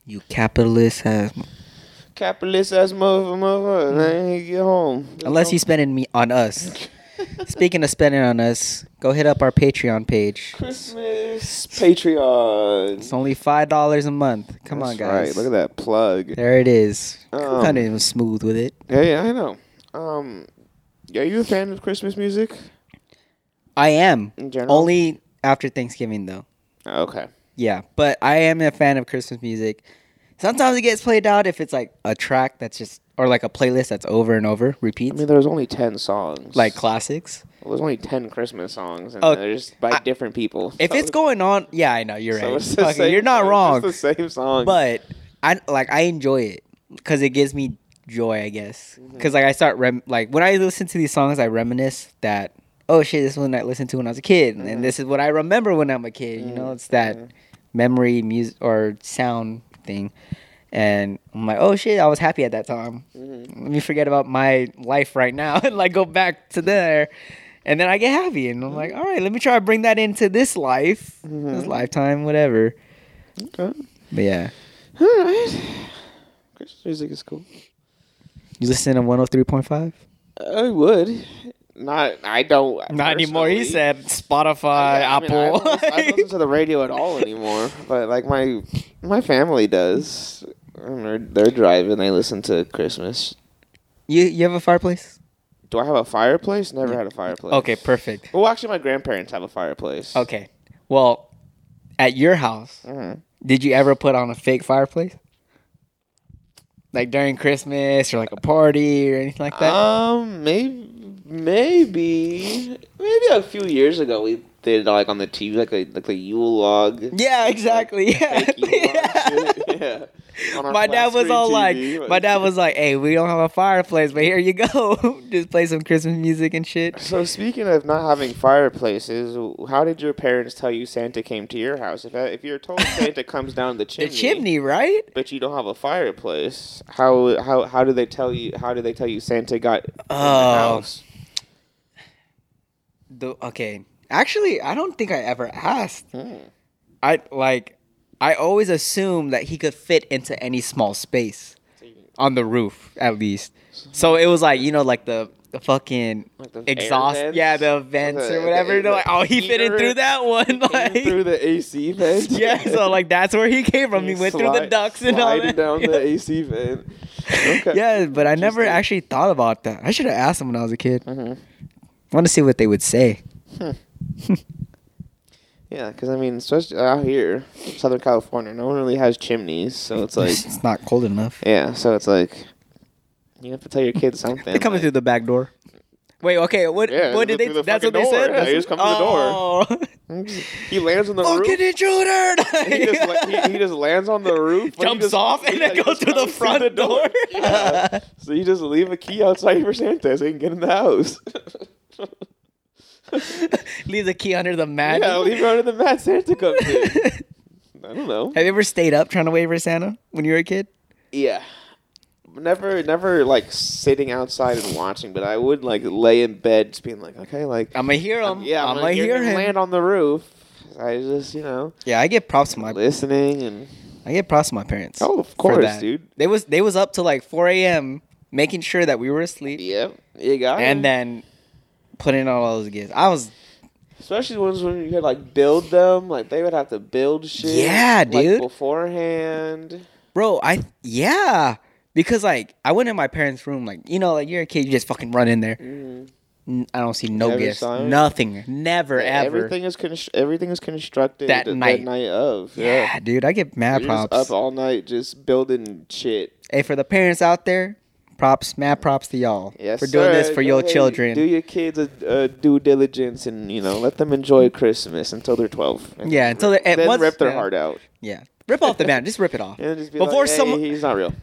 Speaker 2: You capitalist ass.
Speaker 1: Capitalist ass motherfucker, motherfucker. Man, you get home. Just
Speaker 2: Mm-hmm. Unless
Speaker 1: don't-
Speaker 2: you're spending me on us. Speaking of spending on us, go hit up our Patreon page.
Speaker 1: Christmas Patreon.
Speaker 2: It's only five dollars a month. Come on,
Speaker 1: That's
Speaker 2: guys.
Speaker 1: Right. Look at that plug.
Speaker 2: There it is.
Speaker 1: Um,
Speaker 2: kind of smooth with it.
Speaker 1: Yeah, yeah, I know. Um, are you a fan of Christmas music
Speaker 2: I am
Speaker 1: in general?
Speaker 2: only after Thanksgiving though.
Speaker 1: Okay.
Speaker 2: Yeah, but I am a fan of Christmas music. Sometimes it gets played out if it's like a track that's just or like a playlist that's over and over
Speaker 1: I
Speaker 2: repeats,
Speaker 1: mean, there was only ten songs.
Speaker 2: like classics.
Speaker 1: there was only ten Christmas songs, and
Speaker 2: Oh,
Speaker 1: they're just by
Speaker 2: I-
Speaker 1: different people.
Speaker 2: If it's going on, yeah, I know you're
Speaker 1: so
Speaker 2: right.
Speaker 1: it's the
Speaker 2: Fuck it,
Speaker 1: same-
Speaker 2: you're not
Speaker 1: it's
Speaker 2: wrong,
Speaker 1: It's the same song.
Speaker 2: but I like I enjoy it because it gives me joy, I guess. Because like I start rem like when I listen to these songs, I reminisce that oh shit, this is one I listened to when I was a kid, and this is what I remember when I'm a kid. You know, it's that memory music or sound thing. And I'm like, oh shit, I was happy at that time. Let me forget about my life right now and like go back to there. And then I get happy and I'm like, all right, let me try to bring that into this life, this lifetime, whatever.
Speaker 1: okay.
Speaker 2: But yeah.
Speaker 1: all right, Christmas music is cool.
Speaker 2: You listen to 103.5?
Speaker 1: I would. Not. I don't.
Speaker 2: Not anymore. He
Speaker 1: personally.
Speaker 2: said Spotify,
Speaker 1: Yeah, I mean, I
Speaker 2: Apple.
Speaker 1: don't, listen, I don't listen to the radio at all anymore. But like my my family does. And They're, they're driving. They listen to Christmas.
Speaker 2: you you have a fireplace?
Speaker 1: Do I have a fireplace? Never had a fireplace.
Speaker 2: Okay, perfect.
Speaker 1: Well, actually, my grandparents have a fireplace.
Speaker 2: Okay. Well, at your house,
Speaker 1: Mhm.
Speaker 2: did you ever put on a fake fireplace? Like during Christmas or like a party or anything like that?
Speaker 1: Um, maybe, maybe, maybe a few years ago we did like on the TV, like a like the Yule log.
Speaker 2: yeah, exactly. Yeah.
Speaker 1: Like, Yule log shit. yeah. On our
Speaker 2: My dad
Speaker 1: flat
Speaker 2: was
Speaker 1: screen
Speaker 2: all
Speaker 1: TV,
Speaker 2: like, my dad was like, hey, we don't have a fireplace, but here you go. Just play some Christmas music and shit.
Speaker 1: So speaking of not having fireplaces, how did your parents tell you Santa came to your house? If if you're told Santa comes down the
Speaker 2: The
Speaker 1: chimney,
Speaker 2: chimney, right?
Speaker 1: but you don't have a fireplace, how how how do they tell you? How do they tell you Santa got in the
Speaker 2: Oh.
Speaker 1: house?
Speaker 2: The okay. Actually, I don't think I ever asked.
Speaker 1: Hmm.
Speaker 2: I like I always assumed that he could fit into any small space on the roof at least. So it was like, you know, like the, the fucking
Speaker 1: Like the air
Speaker 2: exhaust,
Speaker 1: vents?
Speaker 2: yeah, the vents
Speaker 1: The-
Speaker 2: or whatever.
Speaker 1: the-
Speaker 2: They're like,
Speaker 1: the
Speaker 2: oh, he fit in
Speaker 1: heater
Speaker 2: through that one.
Speaker 1: Came through
Speaker 2: Like,
Speaker 1: the AC vent.
Speaker 2: yeah, so like that's where he came from. He went through
Speaker 1: Slide-
Speaker 2: the ducts and all
Speaker 1: sliding
Speaker 2: that.
Speaker 1: down the AC vent. Okay.
Speaker 2: Yeah, but I never
Speaker 1: Interesting.
Speaker 2: actually thought about that. I should have asked him when I was a kid.
Speaker 1: Mhm.
Speaker 2: I want to see what they would say.
Speaker 1: Yeah, because I mean, especially out here, Southern California, no one really has chimneys, so it's like,
Speaker 2: it's not cold enough.
Speaker 1: yeah, so it's like, you have to tell your kids something.
Speaker 2: They're coming
Speaker 1: like,
Speaker 2: through the back door. Wait, okay. What?
Speaker 1: Yeah,
Speaker 2: what
Speaker 1: they're
Speaker 2: did they?
Speaker 1: through the
Speaker 2: that's what
Speaker 1: fucking
Speaker 2: they
Speaker 1: door.
Speaker 2: said.
Speaker 1: Yeah,
Speaker 2: That's-
Speaker 1: they just come through the
Speaker 2: oh.
Speaker 1: door. He lands on the
Speaker 2: Fucking
Speaker 1: roof.
Speaker 2: intruder!
Speaker 1: He just, la- he, he just lands on the roof. but he
Speaker 2: jumps
Speaker 1: just-
Speaker 2: off and
Speaker 1: yeah,
Speaker 2: then
Speaker 1: he
Speaker 2: goes
Speaker 1: just
Speaker 2: through the
Speaker 1: comes
Speaker 2: front door.
Speaker 1: Yeah. so you just leave a key outside for Santa so he can get in the house.
Speaker 2: Leave the key under the mat.
Speaker 1: yeah, leave it under the mat. Santa comes in. I don't know.
Speaker 2: Have you ever stayed up trying to wait for Santa when you were a kid?
Speaker 1: Yeah. Never, never like sitting outside and watching, but I would like lay in bed, just being like, okay, like,
Speaker 2: I'ma hear him.
Speaker 1: yeah,
Speaker 2: I'ma
Speaker 1: like,
Speaker 2: hear
Speaker 1: you're
Speaker 2: him.
Speaker 1: gonna Land on the roof. I just, you know,
Speaker 2: Yeah, I get props to my
Speaker 1: listening and
Speaker 2: I get props to my parents.
Speaker 1: oh, of
Speaker 2: for
Speaker 1: course,
Speaker 2: that.
Speaker 1: dude.
Speaker 2: They was they was up to like 4 a.m. making sure that we were asleep,
Speaker 1: Yep, you got it.
Speaker 2: and then putting on all those gifts. I was
Speaker 1: especially ones when you could like build them, like they would have to build shit,
Speaker 2: Yeah,
Speaker 1: like,
Speaker 2: dude.
Speaker 1: beforehand.
Speaker 2: Bro, I yeah, because like I went in my parents' room, like you know, like you're a kid, you just fucking run in there.
Speaker 1: Mm-hmm.
Speaker 2: N- I don't see no
Speaker 1: Never
Speaker 2: gifts,
Speaker 1: saw it?
Speaker 2: nothing, never ever.
Speaker 1: Everything is const- everything is constructed
Speaker 2: That night.
Speaker 1: of,
Speaker 2: yeah.
Speaker 1: yeah.
Speaker 2: dude, I get mad
Speaker 1: You're just
Speaker 2: props.
Speaker 1: up all night just building shit.
Speaker 2: hey, for the parents out there, props, mad props to y'all
Speaker 1: Yes,
Speaker 2: for doing this
Speaker 1: sir.
Speaker 2: for your
Speaker 1: Hey,
Speaker 2: children.
Speaker 1: Do your kids a, a due diligence and you know let them enjoy Christmas until they're twelve. And
Speaker 2: Mm. Yeah, until they're- at
Speaker 1: then
Speaker 2: once-
Speaker 1: rip their
Speaker 2: yeah.
Speaker 1: heart out.
Speaker 2: Yeah, rip off the band, just rip it off.
Speaker 1: And just be
Speaker 2: Before
Speaker 1: like, hey,
Speaker 2: someone,
Speaker 1: he's not real.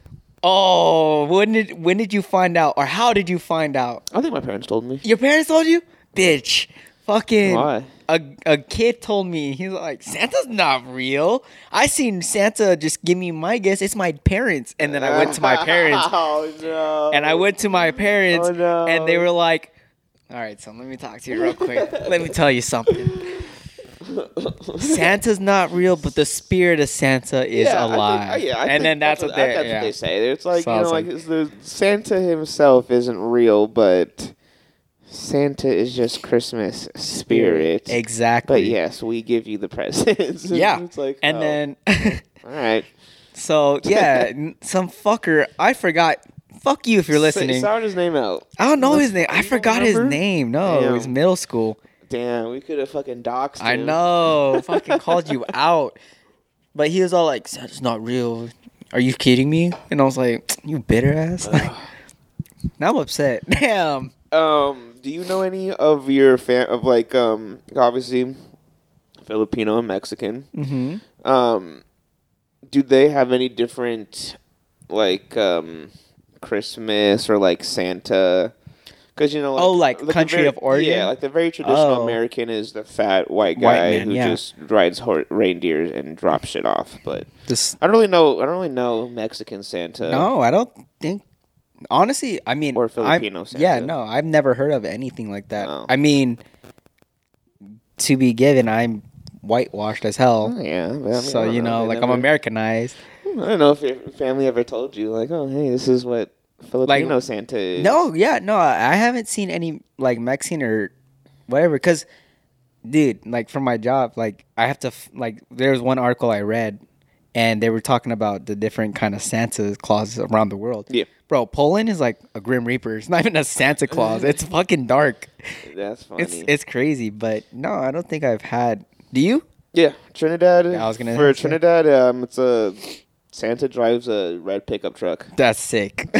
Speaker 2: oh, when did when did you find out, or how did you find out?
Speaker 1: I think my parents told me.
Speaker 2: Your parents told you, bitch. Fucking
Speaker 1: Why?
Speaker 2: a a kid told me he's like Santa's not real. I seen Santa just give me my guess. It's my parents, and then I went to my parents,
Speaker 1: oh no.
Speaker 2: and I went to my parents,
Speaker 1: Oh, no.
Speaker 2: and they were like, "All right, son, let me talk to you real quick. let me tell you something. Santa's not real, but the spirit of Santa is
Speaker 1: yeah,
Speaker 2: alive."
Speaker 1: I think, oh, yeah, I
Speaker 2: and
Speaker 1: think
Speaker 2: then that's, what,
Speaker 1: I
Speaker 2: they
Speaker 1: think that's
Speaker 2: yeah.
Speaker 1: what they say. It's like
Speaker 2: So I
Speaker 1: you know,
Speaker 2: was
Speaker 1: like,
Speaker 2: like-
Speaker 1: it's the Santa himself isn't real, but Santa is just Christmas spirit.
Speaker 2: Exactly.
Speaker 1: But yes, we give you the presents.
Speaker 2: Yeah.
Speaker 1: it's like
Speaker 2: and
Speaker 1: oh,
Speaker 2: then
Speaker 1: all right.
Speaker 2: So yeah, n- some fucker. I forgot. Fuck you if you're
Speaker 1: Say-
Speaker 2: listening.
Speaker 1: Sound his name out.
Speaker 2: I don't know his name. I
Speaker 1: You don't
Speaker 2: forgot his
Speaker 1: remember?
Speaker 2: name. No, it was
Speaker 1: Damn.
Speaker 2: middle school.
Speaker 1: damn, we could have fucking doxed him.
Speaker 2: I know. fucking called you out. But he was all like, that's not real. Are you kidding me? And I was like, you bitter ass. Like, now I'm upset. Damn.
Speaker 1: Um, do you know any of your fam of like um obviously Filipino and Mexican?
Speaker 2: Mm-hmm.
Speaker 1: Um, do they have any different like um Christmas or like Santa? Because you know,
Speaker 2: Oh, like
Speaker 1: the
Speaker 2: country
Speaker 1: very-
Speaker 2: of origin?
Speaker 1: Yeah, like the very traditional
Speaker 2: Oh.
Speaker 1: American is the fat white
Speaker 2: White
Speaker 1: guy
Speaker 2: man,
Speaker 1: who
Speaker 2: yeah.
Speaker 1: just rides ho- reindeer and drops shit off. But
Speaker 2: Just
Speaker 1: I don't really know. I don't really know Mexican Santa.
Speaker 2: no. I don't think. Honestly, I mean,
Speaker 1: uh, Or
Speaker 2: I'm-
Speaker 1: Filipino
Speaker 2: Yeah,
Speaker 1: Santa.
Speaker 2: no, I've never heard of anything like that.
Speaker 1: Oh.
Speaker 2: I mean, to be given, I'm whitewashed as hell.
Speaker 1: Oh, yeah, but I mean,
Speaker 2: so
Speaker 1: I don't
Speaker 2: you know,
Speaker 1: They
Speaker 2: like
Speaker 1: never-
Speaker 2: I'm Americanized.
Speaker 1: I don't know if your family ever told you, like, oh, hey, this is what Filipino Santa is.
Speaker 2: No, yeah, no, I I haven't seen any like Mexican or whatever. Cause, dude, like for my job, like I have to f- like there was one article I read, and they were talking about the different kind of Santa Clauses around the world.
Speaker 1: Yeah.
Speaker 2: bro, Poland is like a Grim Reaper. It's not even a Santa Claus. it's fucking dark.
Speaker 1: That's funny.
Speaker 2: It's it's crazy. But no, I don't think I've had. Do you?
Speaker 1: yeah, Trinidad.
Speaker 2: I was gonna
Speaker 1: for
Speaker 2: say.
Speaker 1: Trinidad. Um, it's a Santa drives a red pickup truck.
Speaker 2: That's sick,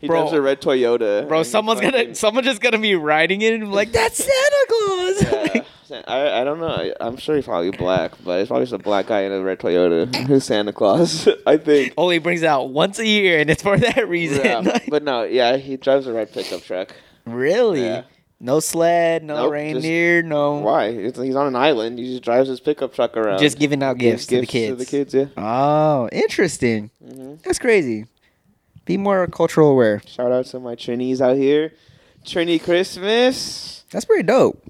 Speaker 1: He drives a
Speaker 2: bro.
Speaker 1: red Toyota.
Speaker 2: Bro,
Speaker 1: and he
Speaker 2: someone's gonna
Speaker 1: fucking-
Speaker 2: someone just gonna be riding it and be like that's Santa Claus.
Speaker 1: Yeah. Sa- I, I don't know. I, I'm sure he's probably black, but it's probably just a black guy in a red Toyota who's Santa Claus, I think.
Speaker 2: only brings out once a year, and it's for that reason.
Speaker 1: Yeah.
Speaker 2: Like,
Speaker 1: But no, yeah, he drives a red pickup truck.
Speaker 2: really,
Speaker 1: Yeah.
Speaker 2: no sled, no
Speaker 1: Nope, just-
Speaker 2: reindeer, no.
Speaker 1: Why? It's, he's on an island. He just drives his pickup truck around.
Speaker 2: Just giving out
Speaker 1: Gives
Speaker 2: gifts, to the
Speaker 1: gifts
Speaker 2: kids.
Speaker 1: To the kids, yeah.
Speaker 2: Oh, interesting.
Speaker 1: Mm-hmm.
Speaker 2: That's crazy. Be more cultural aware.
Speaker 1: Shout out to my trainees out here. Trini Christmas.
Speaker 2: That's pretty dope.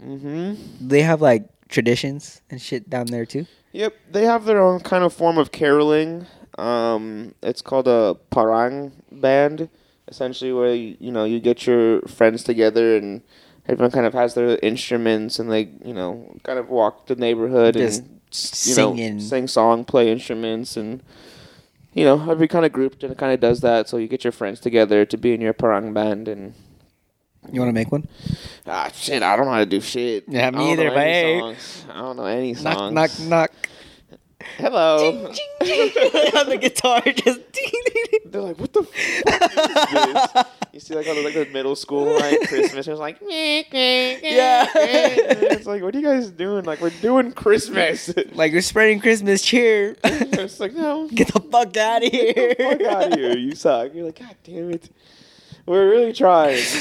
Speaker 1: hmm
Speaker 2: They have like traditions and shit down there too.
Speaker 1: Yep, they have their own kind of form of caroling. Um, it's called a parang band, essentially where you, you know you get your friends together and everyone kind of has their instruments and they you know kind of walk the neighborhood
Speaker 2: Just
Speaker 1: and s- you know,
Speaker 2: singing.
Speaker 1: sing song, play instruments, and you know every kind of group kind of does that. So you get your friends together to be in your parang band and
Speaker 2: You want to make one?
Speaker 1: Ah, shit, I don't know how to do shit.
Speaker 2: Yeah,
Speaker 1: I
Speaker 2: me
Speaker 1: don't know
Speaker 2: either,
Speaker 1: any
Speaker 2: but hey.
Speaker 1: songs. I don't know any songs.
Speaker 2: Knock, knock, knock.
Speaker 1: Hello.
Speaker 2: Ching, ching, ching. On the guitar, just. ding, ding, ding.
Speaker 1: They're like, what the fuck is this? You see, like, on the, like, the middle school, like, Christmas, it was like, yeah. It's like, what are you guys doing? Like, we're doing Christmas.
Speaker 2: Like you're spreading Christmas cheer.
Speaker 1: it's like, no.
Speaker 2: Get the fuck out of here.
Speaker 1: Fuck out of here. You suck. You're like, God damn it. We're really trying.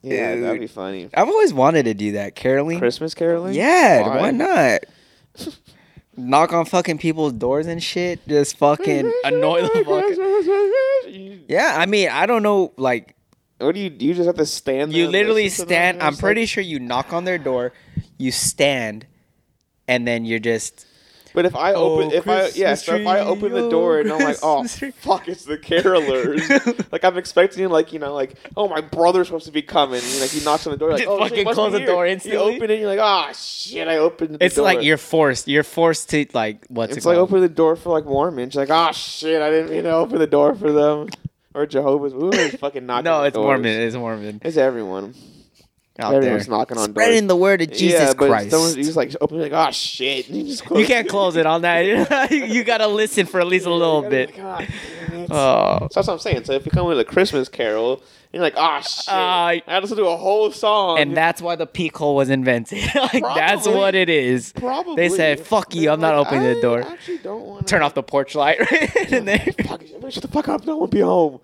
Speaker 1: Yeah, that'd
Speaker 2: Dude.
Speaker 1: be funny.
Speaker 2: I've always wanted to do that, caroling.
Speaker 1: Christmas caroling?
Speaker 2: Yeah, why,
Speaker 1: Why?
Speaker 2: not? Knock on fucking people's doors and shit. Just fucking annoy the fuck.
Speaker 1: You-
Speaker 2: Yeah, I mean, I don't know. Like,
Speaker 1: What do you? You just have to stand. there
Speaker 2: you
Speaker 1: and
Speaker 2: literally
Speaker 1: listen to them?
Speaker 2: stand. I'm
Speaker 1: It's
Speaker 2: pretty
Speaker 1: like-
Speaker 2: sure you knock on their door, you stand, and then you're just.
Speaker 1: But if I open,
Speaker 2: Oh,
Speaker 1: if I yeah,
Speaker 2: Christmas
Speaker 1: so if I
Speaker 2: tree,
Speaker 1: open the
Speaker 2: oh,
Speaker 1: door and I'm like, oh
Speaker 2: Christmas tree.
Speaker 1: fuck, it's the carolers. like I'm expecting like you know like oh my brother's supposed to be coming. And, like he knocks on the door like
Speaker 2: Just
Speaker 1: oh
Speaker 2: fucking
Speaker 1: shit, must
Speaker 2: close
Speaker 1: be
Speaker 2: the
Speaker 1: here."
Speaker 2: door
Speaker 1: You
Speaker 2: instantly.
Speaker 1: open it, you're like ah shit, I opened the
Speaker 2: It's
Speaker 1: door.
Speaker 2: like you're forced. You're forced to like what's
Speaker 1: It's
Speaker 2: it
Speaker 1: like
Speaker 2: called?
Speaker 1: open the door for like Mormon. She's like ah shit, I didn't mean to open the door for them. Or Jehovah's, who is fucking knocking?
Speaker 2: no,
Speaker 1: on
Speaker 2: it's
Speaker 1: doors?
Speaker 2: Mormon. It's Mormon.
Speaker 1: It's everyone.
Speaker 2: Out
Speaker 1: Everyone's
Speaker 2: there.
Speaker 1: knocking on
Speaker 2: Spreading
Speaker 1: doors.
Speaker 2: the word of Jesus
Speaker 1: yeah, but
Speaker 2: Christ.
Speaker 1: someone's- he's like opening like ah shit. And you, just
Speaker 2: You can't close it on that. you gotta listen for at least a little bit.
Speaker 1: God ah, damn it.
Speaker 2: Oh,
Speaker 1: So that's what I'm saying. So if you come with a Christmas carol, and you're like, ah, shit.
Speaker 2: Ah.
Speaker 1: I had to do a whole song.
Speaker 2: and that's why the peak hole was invented. like that's
Speaker 1: Oh, Probably.
Speaker 2: what it is.
Speaker 1: probably
Speaker 2: They said, "Fuck you!
Speaker 1: They're
Speaker 2: I'm not
Speaker 1: like,
Speaker 2: opening the
Speaker 1: I
Speaker 2: door.
Speaker 1: actually don't want
Speaker 2: Turn off the porch light." Right in there.
Speaker 1: Fuck, everybody shut the fuck up. No one be home.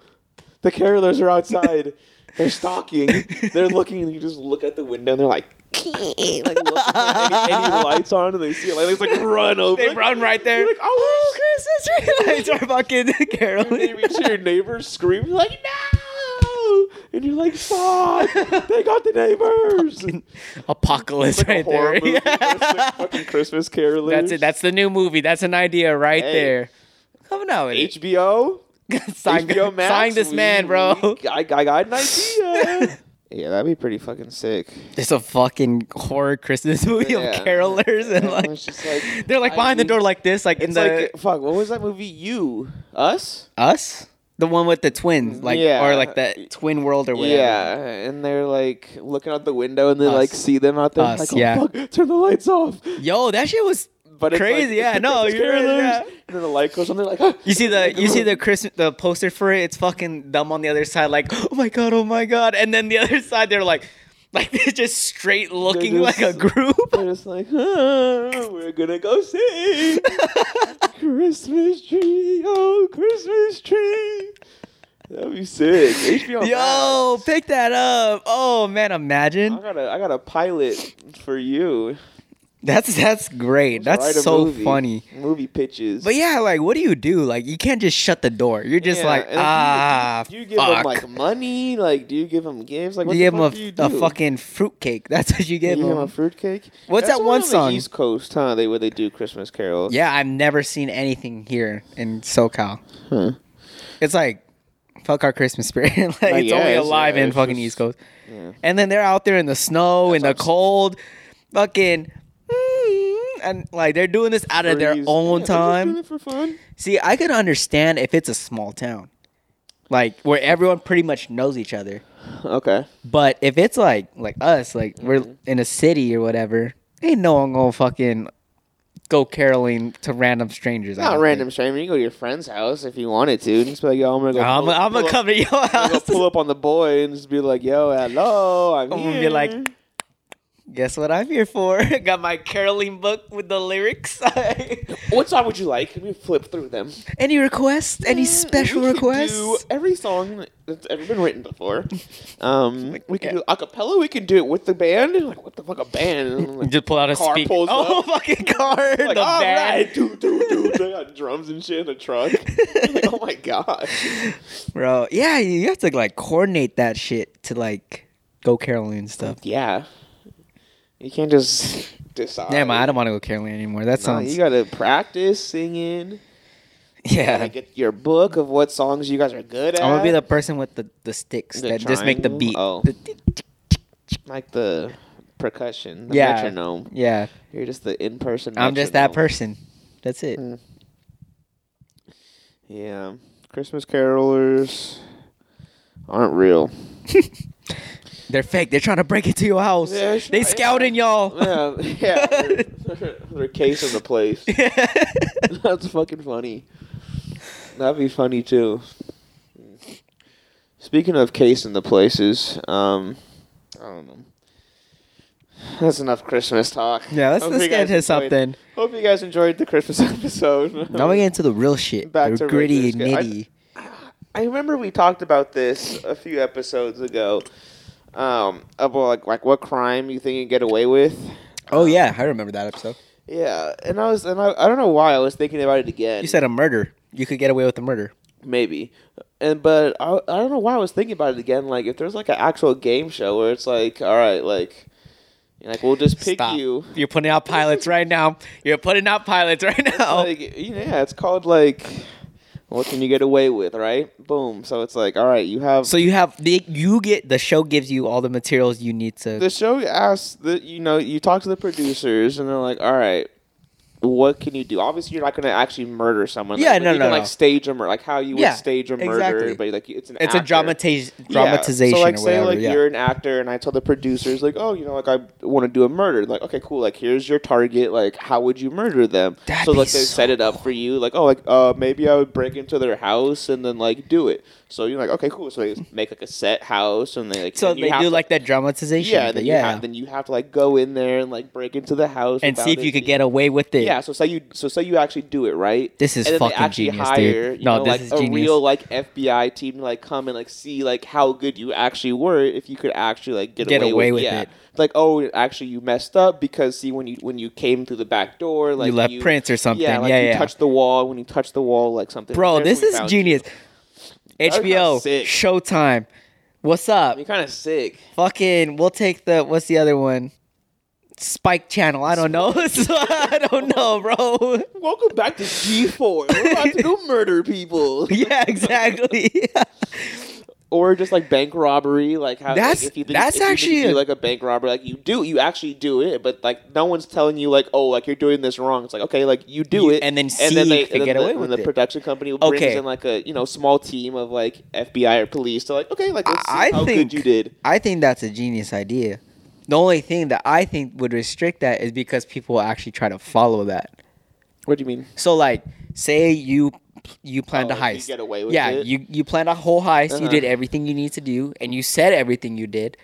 Speaker 1: The carolers are outside. they're stalking. They're looking, and you just look at the window, and they're like, like looking for any, any lights on, and they see it. Like, it's like run over.
Speaker 2: They run right there.
Speaker 1: You're like, oh,
Speaker 2: Christmas tree lights are fucking
Speaker 1: And then
Speaker 2: caroling.
Speaker 1: you reach your neighbor scream you're like no and you're like fuck they got the neighbors
Speaker 2: Apocalypse
Speaker 1: It's like a
Speaker 2: right
Speaker 1: horror
Speaker 2: there.
Speaker 1: movie. It's like fucking Christmas Carolers.
Speaker 2: That's it. That's the new movie. That's an idea right
Speaker 1: Hey.
Speaker 2: there. Coming out with it.
Speaker 1: HBO.
Speaker 2: sign,
Speaker 1: HBO Max.
Speaker 2: sign this
Speaker 1: we-
Speaker 2: man, bro.
Speaker 1: we- I, I got an idea. yeah, that'd be pretty fucking sick.
Speaker 2: It's a fucking horror Christmas movie
Speaker 1: Yeah.
Speaker 2: of carolers and like
Speaker 1: It's just like
Speaker 2: they're like behind the
Speaker 1: I-
Speaker 2: door like this, like in
Speaker 1: It's
Speaker 2: the
Speaker 1: like fuck. What was that movie? You, us.
Speaker 2: us. the one with the twins, like
Speaker 1: Yeah.
Speaker 2: or like the twin world or whatever.
Speaker 1: Yeah, and they're like looking out the window and they like
Speaker 2: Us.
Speaker 1: see them out there.
Speaker 2: Us,
Speaker 1: like,
Speaker 2: yeah.
Speaker 1: oh, fuck, turn the lights off.
Speaker 2: Yo, that shit was
Speaker 1: But it's
Speaker 2: Crazy, yeah, no,
Speaker 1: it's
Speaker 2: you're right,
Speaker 1: spoilers.
Speaker 2: yeah.
Speaker 1: And then the light goes on. They're like, "Ah."
Speaker 2: You see the you see the Christmas the poster for it. It's fucking dumb on the other side, like oh my god, oh my god, and then the other side they're like, like they're just straight looking
Speaker 1: just-
Speaker 2: like a group.
Speaker 1: They're just like, "Ah, we're gonna go sing Christmas tree, oh Christmas tree. That'd be sick. HBO Max.
Speaker 2: Yo, pick that up. Oh man,
Speaker 1: I
Speaker 2: imagine
Speaker 1: got a I got a pilot for you.
Speaker 2: that's that's great.
Speaker 1: Write a
Speaker 2: That's so
Speaker 1: movie.
Speaker 2: funny.
Speaker 1: Movie pitches.
Speaker 2: But yeah, like what do you do? Like you can't just shut the door. You're just
Speaker 1: Yeah,
Speaker 2: like
Speaker 1: and
Speaker 2: ah,
Speaker 1: do you, do you give
Speaker 2: fuck.
Speaker 1: them like money? Like, do you give them gifts? Like, what
Speaker 2: you
Speaker 1: the
Speaker 2: give him
Speaker 1: fuck
Speaker 2: a,
Speaker 1: do you
Speaker 2: a
Speaker 1: do?
Speaker 2: fucking fruitcake. That's what you give
Speaker 1: You give
Speaker 2: him.
Speaker 1: them a fruitcake.
Speaker 2: What's
Speaker 1: That's
Speaker 2: that
Speaker 1: only
Speaker 2: one
Speaker 1: on the
Speaker 2: song?
Speaker 1: East Coast, huh? They where they do Christmas carols.
Speaker 2: Yeah, I've never seen anything here in SoCal.
Speaker 1: Huh.
Speaker 2: It's like fuck our Christmas spirit. like, it's only
Speaker 1: guess,
Speaker 2: alive
Speaker 1: yeah,
Speaker 2: in
Speaker 1: it's
Speaker 2: fucking
Speaker 1: just-
Speaker 2: East Coast.
Speaker 1: yeah.
Speaker 2: And then they're out there in the snow in the
Speaker 1: That's what I'm s-
Speaker 2: cold, fucking. mm, And like they're doing this out of their
Speaker 1: Freeze.
Speaker 2: own
Speaker 1: Yeah, they're just doing
Speaker 2: time.
Speaker 1: it for fun.
Speaker 2: See, I could understand if it's a small town, like where everyone pretty much knows each other.
Speaker 1: Okay.
Speaker 2: But if it's like like us, like we're
Speaker 1: Mm-hmm.
Speaker 2: in a city or whatever, ain't no one gonna fucking go caroling to random strangers. I
Speaker 1: Not
Speaker 2: don't
Speaker 1: random
Speaker 2: think.
Speaker 1: shame. You can go to your friend's house if you wanted to. And just be like, yo, I'm gonna go.
Speaker 2: I'm
Speaker 1: pull,
Speaker 2: I'm
Speaker 1: pull
Speaker 2: gonna
Speaker 1: up-
Speaker 2: come to your
Speaker 1: I'm gonna
Speaker 2: house.
Speaker 1: pull up on the boy and just be like, yo, hello, I'm,
Speaker 2: I'm
Speaker 1: here.
Speaker 2: gonna be like, Guess what I'm here for? Got my caroling book with the lyrics.
Speaker 1: what song would you like? Let me flip through them.
Speaker 2: any requests? Any special
Speaker 1: Mm, we could
Speaker 2: requests?
Speaker 1: Do every song that's ever been written before. Um, we can
Speaker 2: yeah.
Speaker 1: do a cappella. We can do it with the band. Like, what the fuck, a band? Like,
Speaker 2: Just pull out a
Speaker 1: Car
Speaker 2: speak-
Speaker 1: pulls
Speaker 2: Oh,
Speaker 1: up.
Speaker 2: fucking car!
Speaker 1: like
Speaker 2: the
Speaker 1: all
Speaker 2: van.
Speaker 1: right, dude, dude, dude. They got drums and shit in the truck. like, oh my god.
Speaker 2: bro. Yeah, you have to like coordinate that shit to like go caroling and stuff.
Speaker 1: Yeah, you can't just decide.
Speaker 2: Damn, I don't want to go caroling anymore. That
Speaker 1: Nah,
Speaker 2: sounds
Speaker 1: you gotta practice singing. You
Speaker 2: yeah.
Speaker 1: gotta get your book of what songs you guys are good at.
Speaker 2: I'm gonna be the person with the, the sticks
Speaker 1: The
Speaker 2: that just make the
Speaker 1: triangle?
Speaker 2: beat.
Speaker 1: Oh.
Speaker 2: The tick, tick,
Speaker 1: like the percussion, the
Speaker 2: Yeah.
Speaker 1: metronome.
Speaker 2: yeah,
Speaker 1: You're just the in person.
Speaker 2: I'm just that person. That's it.
Speaker 1: Mm. Yeah, Christmas carolers aren't real.
Speaker 2: They're fake. They're trying to break into your house.
Speaker 1: Yeah, sure,
Speaker 2: they
Speaker 1: yeah.
Speaker 2: scouting y'all.
Speaker 1: Yeah, yeah. They're, they're casing the place. That's fucking funny. That'd be funny too. Speaking of casing the places, um, I don't know. That's enough Christmas talk.
Speaker 2: yeah, let's,
Speaker 1: Hope
Speaker 2: let's
Speaker 1: you
Speaker 2: get
Speaker 1: guys
Speaker 2: into
Speaker 1: enjoyed-
Speaker 2: something.
Speaker 1: Hope you guys enjoyed the Christmas episode.
Speaker 2: Now we get into the real shit.
Speaker 1: Back
Speaker 2: the
Speaker 1: to
Speaker 2: gritty
Speaker 1: regular schedule. I-
Speaker 2: nitty.
Speaker 1: I remember we talked about this a few episodes ago. Um, about like like what crime you think you get away with. Uh,
Speaker 2: oh yeah, I remember that episode.
Speaker 1: Yeah, and I was and I, I don't know why I was thinking about it again.
Speaker 2: You said a murder. You could get away with a murder.
Speaker 1: maybe, and but I I don't know why I was thinking about it again. Like if there's like an actual game show where it's like, all right, like, like we'll just pick
Speaker 2: Stop.
Speaker 1: you.
Speaker 2: You're putting out pilots right now. You're putting out pilots right now.
Speaker 1: Like you know, yeah, it's called like, what can you get away with, right? Boom. So it's like, all right, you have
Speaker 2: so you have the you get the show gives you all the materials you need to
Speaker 1: the show asks that you know you talk to the producers and they're like all right what can you do obviously you're not going to actually murder someone
Speaker 2: Yeah,
Speaker 1: like,
Speaker 2: no,
Speaker 1: you
Speaker 2: no,
Speaker 1: can,
Speaker 2: no.
Speaker 1: like stage a murder like how you would
Speaker 2: Yeah,
Speaker 1: stage a murder
Speaker 2: exactly.
Speaker 1: but like it's an
Speaker 2: It's a
Speaker 1: actor.
Speaker 2: dramatiz-
Speaker 1: Yeah.
Speaker 2: dramatization
Speaker 1: so like
Speaker 2: or
Speaker 1: say
Speaker 2: whatever.
Speaker 1: like
Speaker 2: yeah.
Speaker 1: you're an actor and i tell the producers like oh you know like i want to do a murder like okay cool like here's your target like how would you murder them
Speaker 2: That'd
Speaker 1: so
Speaker 2: be
Speaker 1: like they
Speaker 2: so
Speaker 1: set it up for you like oh like uh maybe i would break into their house and then like do it so you're like okay cool so they make like a set house and they like
Speaker 2: so
Speaker 1: and you
Speaker 2: they
Speaker 1: have
Speaker 2: do
Speaker 1: to-
Speaker 2: like that dramatization.
Speaker 1: yeah,
Speaker 2: but
Speaker 1: then
Speaker 2: yeah.
Speaker 1: You have, then you have to like go in there and like break into the house
Speaker 2: and
Speaker 1: without
Speaker 2: see if
Speaker 1: it
Speaker 2: you
Speaker 1: being-
Speaker 2: could get away with it.
Speaker 1: Yeah, so say you so say you actually do it right.
Speaker 2: This is
Speaker 1: and then
Speaker 2: fucking
Speaker 1: they actually
Speaker 2: genius, dude.
Speaker 1: hire, You
Speaker 2: No,
Speaker 1: know,
Speaker 2: this
Speaker 1: like
Speaker 2: is
Speaker 1: a
Speaker 2: genius.
Speaker 1: real like FBI team to like come and like see like how good you actually were if you could actually like get,
Speaker 2: Get away with
Speaker 1: yeah.
Speaker 2: it.
Speaker 1: Like oh, actually you messed up because see when you when you came through the back door like
Speaker 2: you left prints or something.
Speaker 1: Yeah, like
Speaker 2: yeah,
Speaker 1: you touched the wall. When you touched the wall, like something.
Speaker 2: Bro,
Speaker 1: there's
Speaker 2: this
Speaker 1: we
Speaker 2: is
Speaker 1: found
Speaker 2: genius.
Speaker 1: That would be
Speaker 2: HBO,
Speaker 1: sick.
Speaker 2: Showtime. What's up?
Speaker 1: You. I mean, kind of sick.
Speaker 2: Fucking, we'll take the what's the other one? Spike Channel. I don't know. I don't know, bro.
Speaker 1: Welcome back to G four. We're about to go murder people.
Speaker 2: Yeah, exactly.
Speaker 1: or just like bank robbery, like how like,
Speaker 2: That's-
Speaker 1: if you think,
Speaker 2: that's
Speaker 1: if you think
Speaker 2: actually
Speaker 1: you do,
Speaker 2: a-
Speaker 1: like a bank robbery, like you do, you actually do it, but like no one's telling you like, oh, like you're doing this wrong. It's like okay, like you do
Speaker 2: You-
Speaker 1: it,
Speaker 2: and then see if they
Speaker 1: and
Speaker 2: get
Speaker 1: the,
Speaker 2: away
Speaker 1: and
Speaker 2: with
Speaker 1: the
Speaker 2: it.
Speaker 1: production company brings
Speaker 2: Okay.
Speaker 1: in like a you know small team of like FBI or police to like okay, like let's see
Speaker 2: I
Speaker 1: how
Speaker 2: think-
Speaker 1: good you did.
Speaker 2: I think that's a genius idea. The only thing that I think would restrict that is because people will actually try to follow that.
Speaker 1: What do you mean?
Speaker 2: So like, say you you planned
Speaker 1: Oh,
Speaker 2: a
Speaker 1: if
Speaker 2: heist.
Speaker 1: you get away with
Speaker 2: yeah,
Speaker 1: it.
Speaker 2: you you planned a whole heist. You
Speaker 1: Uh-huh.
Speaker 2: did everything you need to do, and you said everything you did.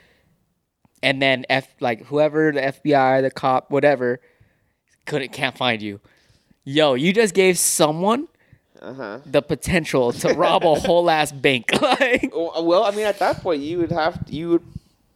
Speaker 2: And then F like whoever the FBI, the cop, whatever, couldn't can't find you. Yo, you just gave someone
Speaker 1: Uh huh.
Speaker 2: the potential to rob a whole ass bank. like,
Speaker 1: Well, uh, well, I mean, at that point, you would have you would.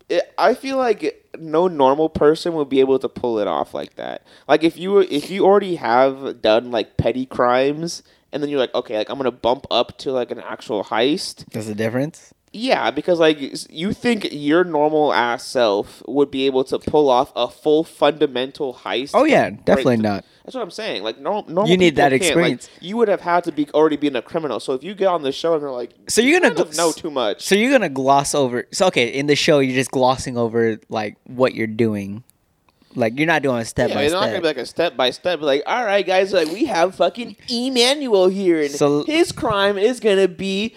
Speaker 1: It, I feel like no normal person would be able to pull it off like that. Like if you if you already have done like petty crimes, and then you're like, okay, like I'm gonna bump up to like an actual heist.
Speaker 2: there's a difference.
Speaker 1: Yeah, because like s- you think your normal ass self would be able to pull off a full fundamental heist.
Speaker 2: Oh yeah,
Speaker 1: Break
Speaker 2: definitely
Speaker 1: the-
Speaker 2: not.
Speaker 1: That's what I'm saying. Like normal, normal
Speaker 2: You need
Speaker 1: people
Speaker 2: that
Speaker 1: can't. Like,
Speaker 2: experience.
Speaker 1: you would have had to be already being a criminal. So if you get on the show and they're like,
Speaker 2: So you're
Speaker 1: "You
Speaker 2: gonna
Speaker 1: kind of
Speaker 2: gl-
Speaker 1: know too much.
Speaker 2: So you're gonna gloss over. So okay, in the show, you're just glossing over like what you're doing. Like you're not doing a step
Speaker 1: Yeah,
Speaker 2: by
Speaker 1: it's not
Speaker 2: step.
Speaker 1: gonna be like a step by step. Like, all right, guys, like we have fucking Emmanuel here, and
Speaker 2: So-
Speaker 1: his crime is gonna be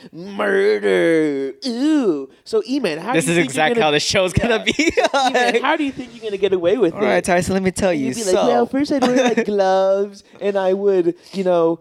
Speaker 1: murder. Ooh, so Eman, how
Speaker 2: this
Speaker 1: do
Speaker 2: is
Speaker 1: you think
Speaker 2: exactly
Speaker 1: you're
Speaker 2: how
Speaker 1: gonna,
Speaker 2: the show's gonna be.
Speaker 1: Eman, how do you think you're gonna get away with
Speaker 2: All
Speaker 1: it?
Speaker 2: right, Tyson. Let me tell you.
Speaker 1: You'd be
Speaker 2: so,
Speaker 1: like, well, first I'd wear like gloves, and I would, you know,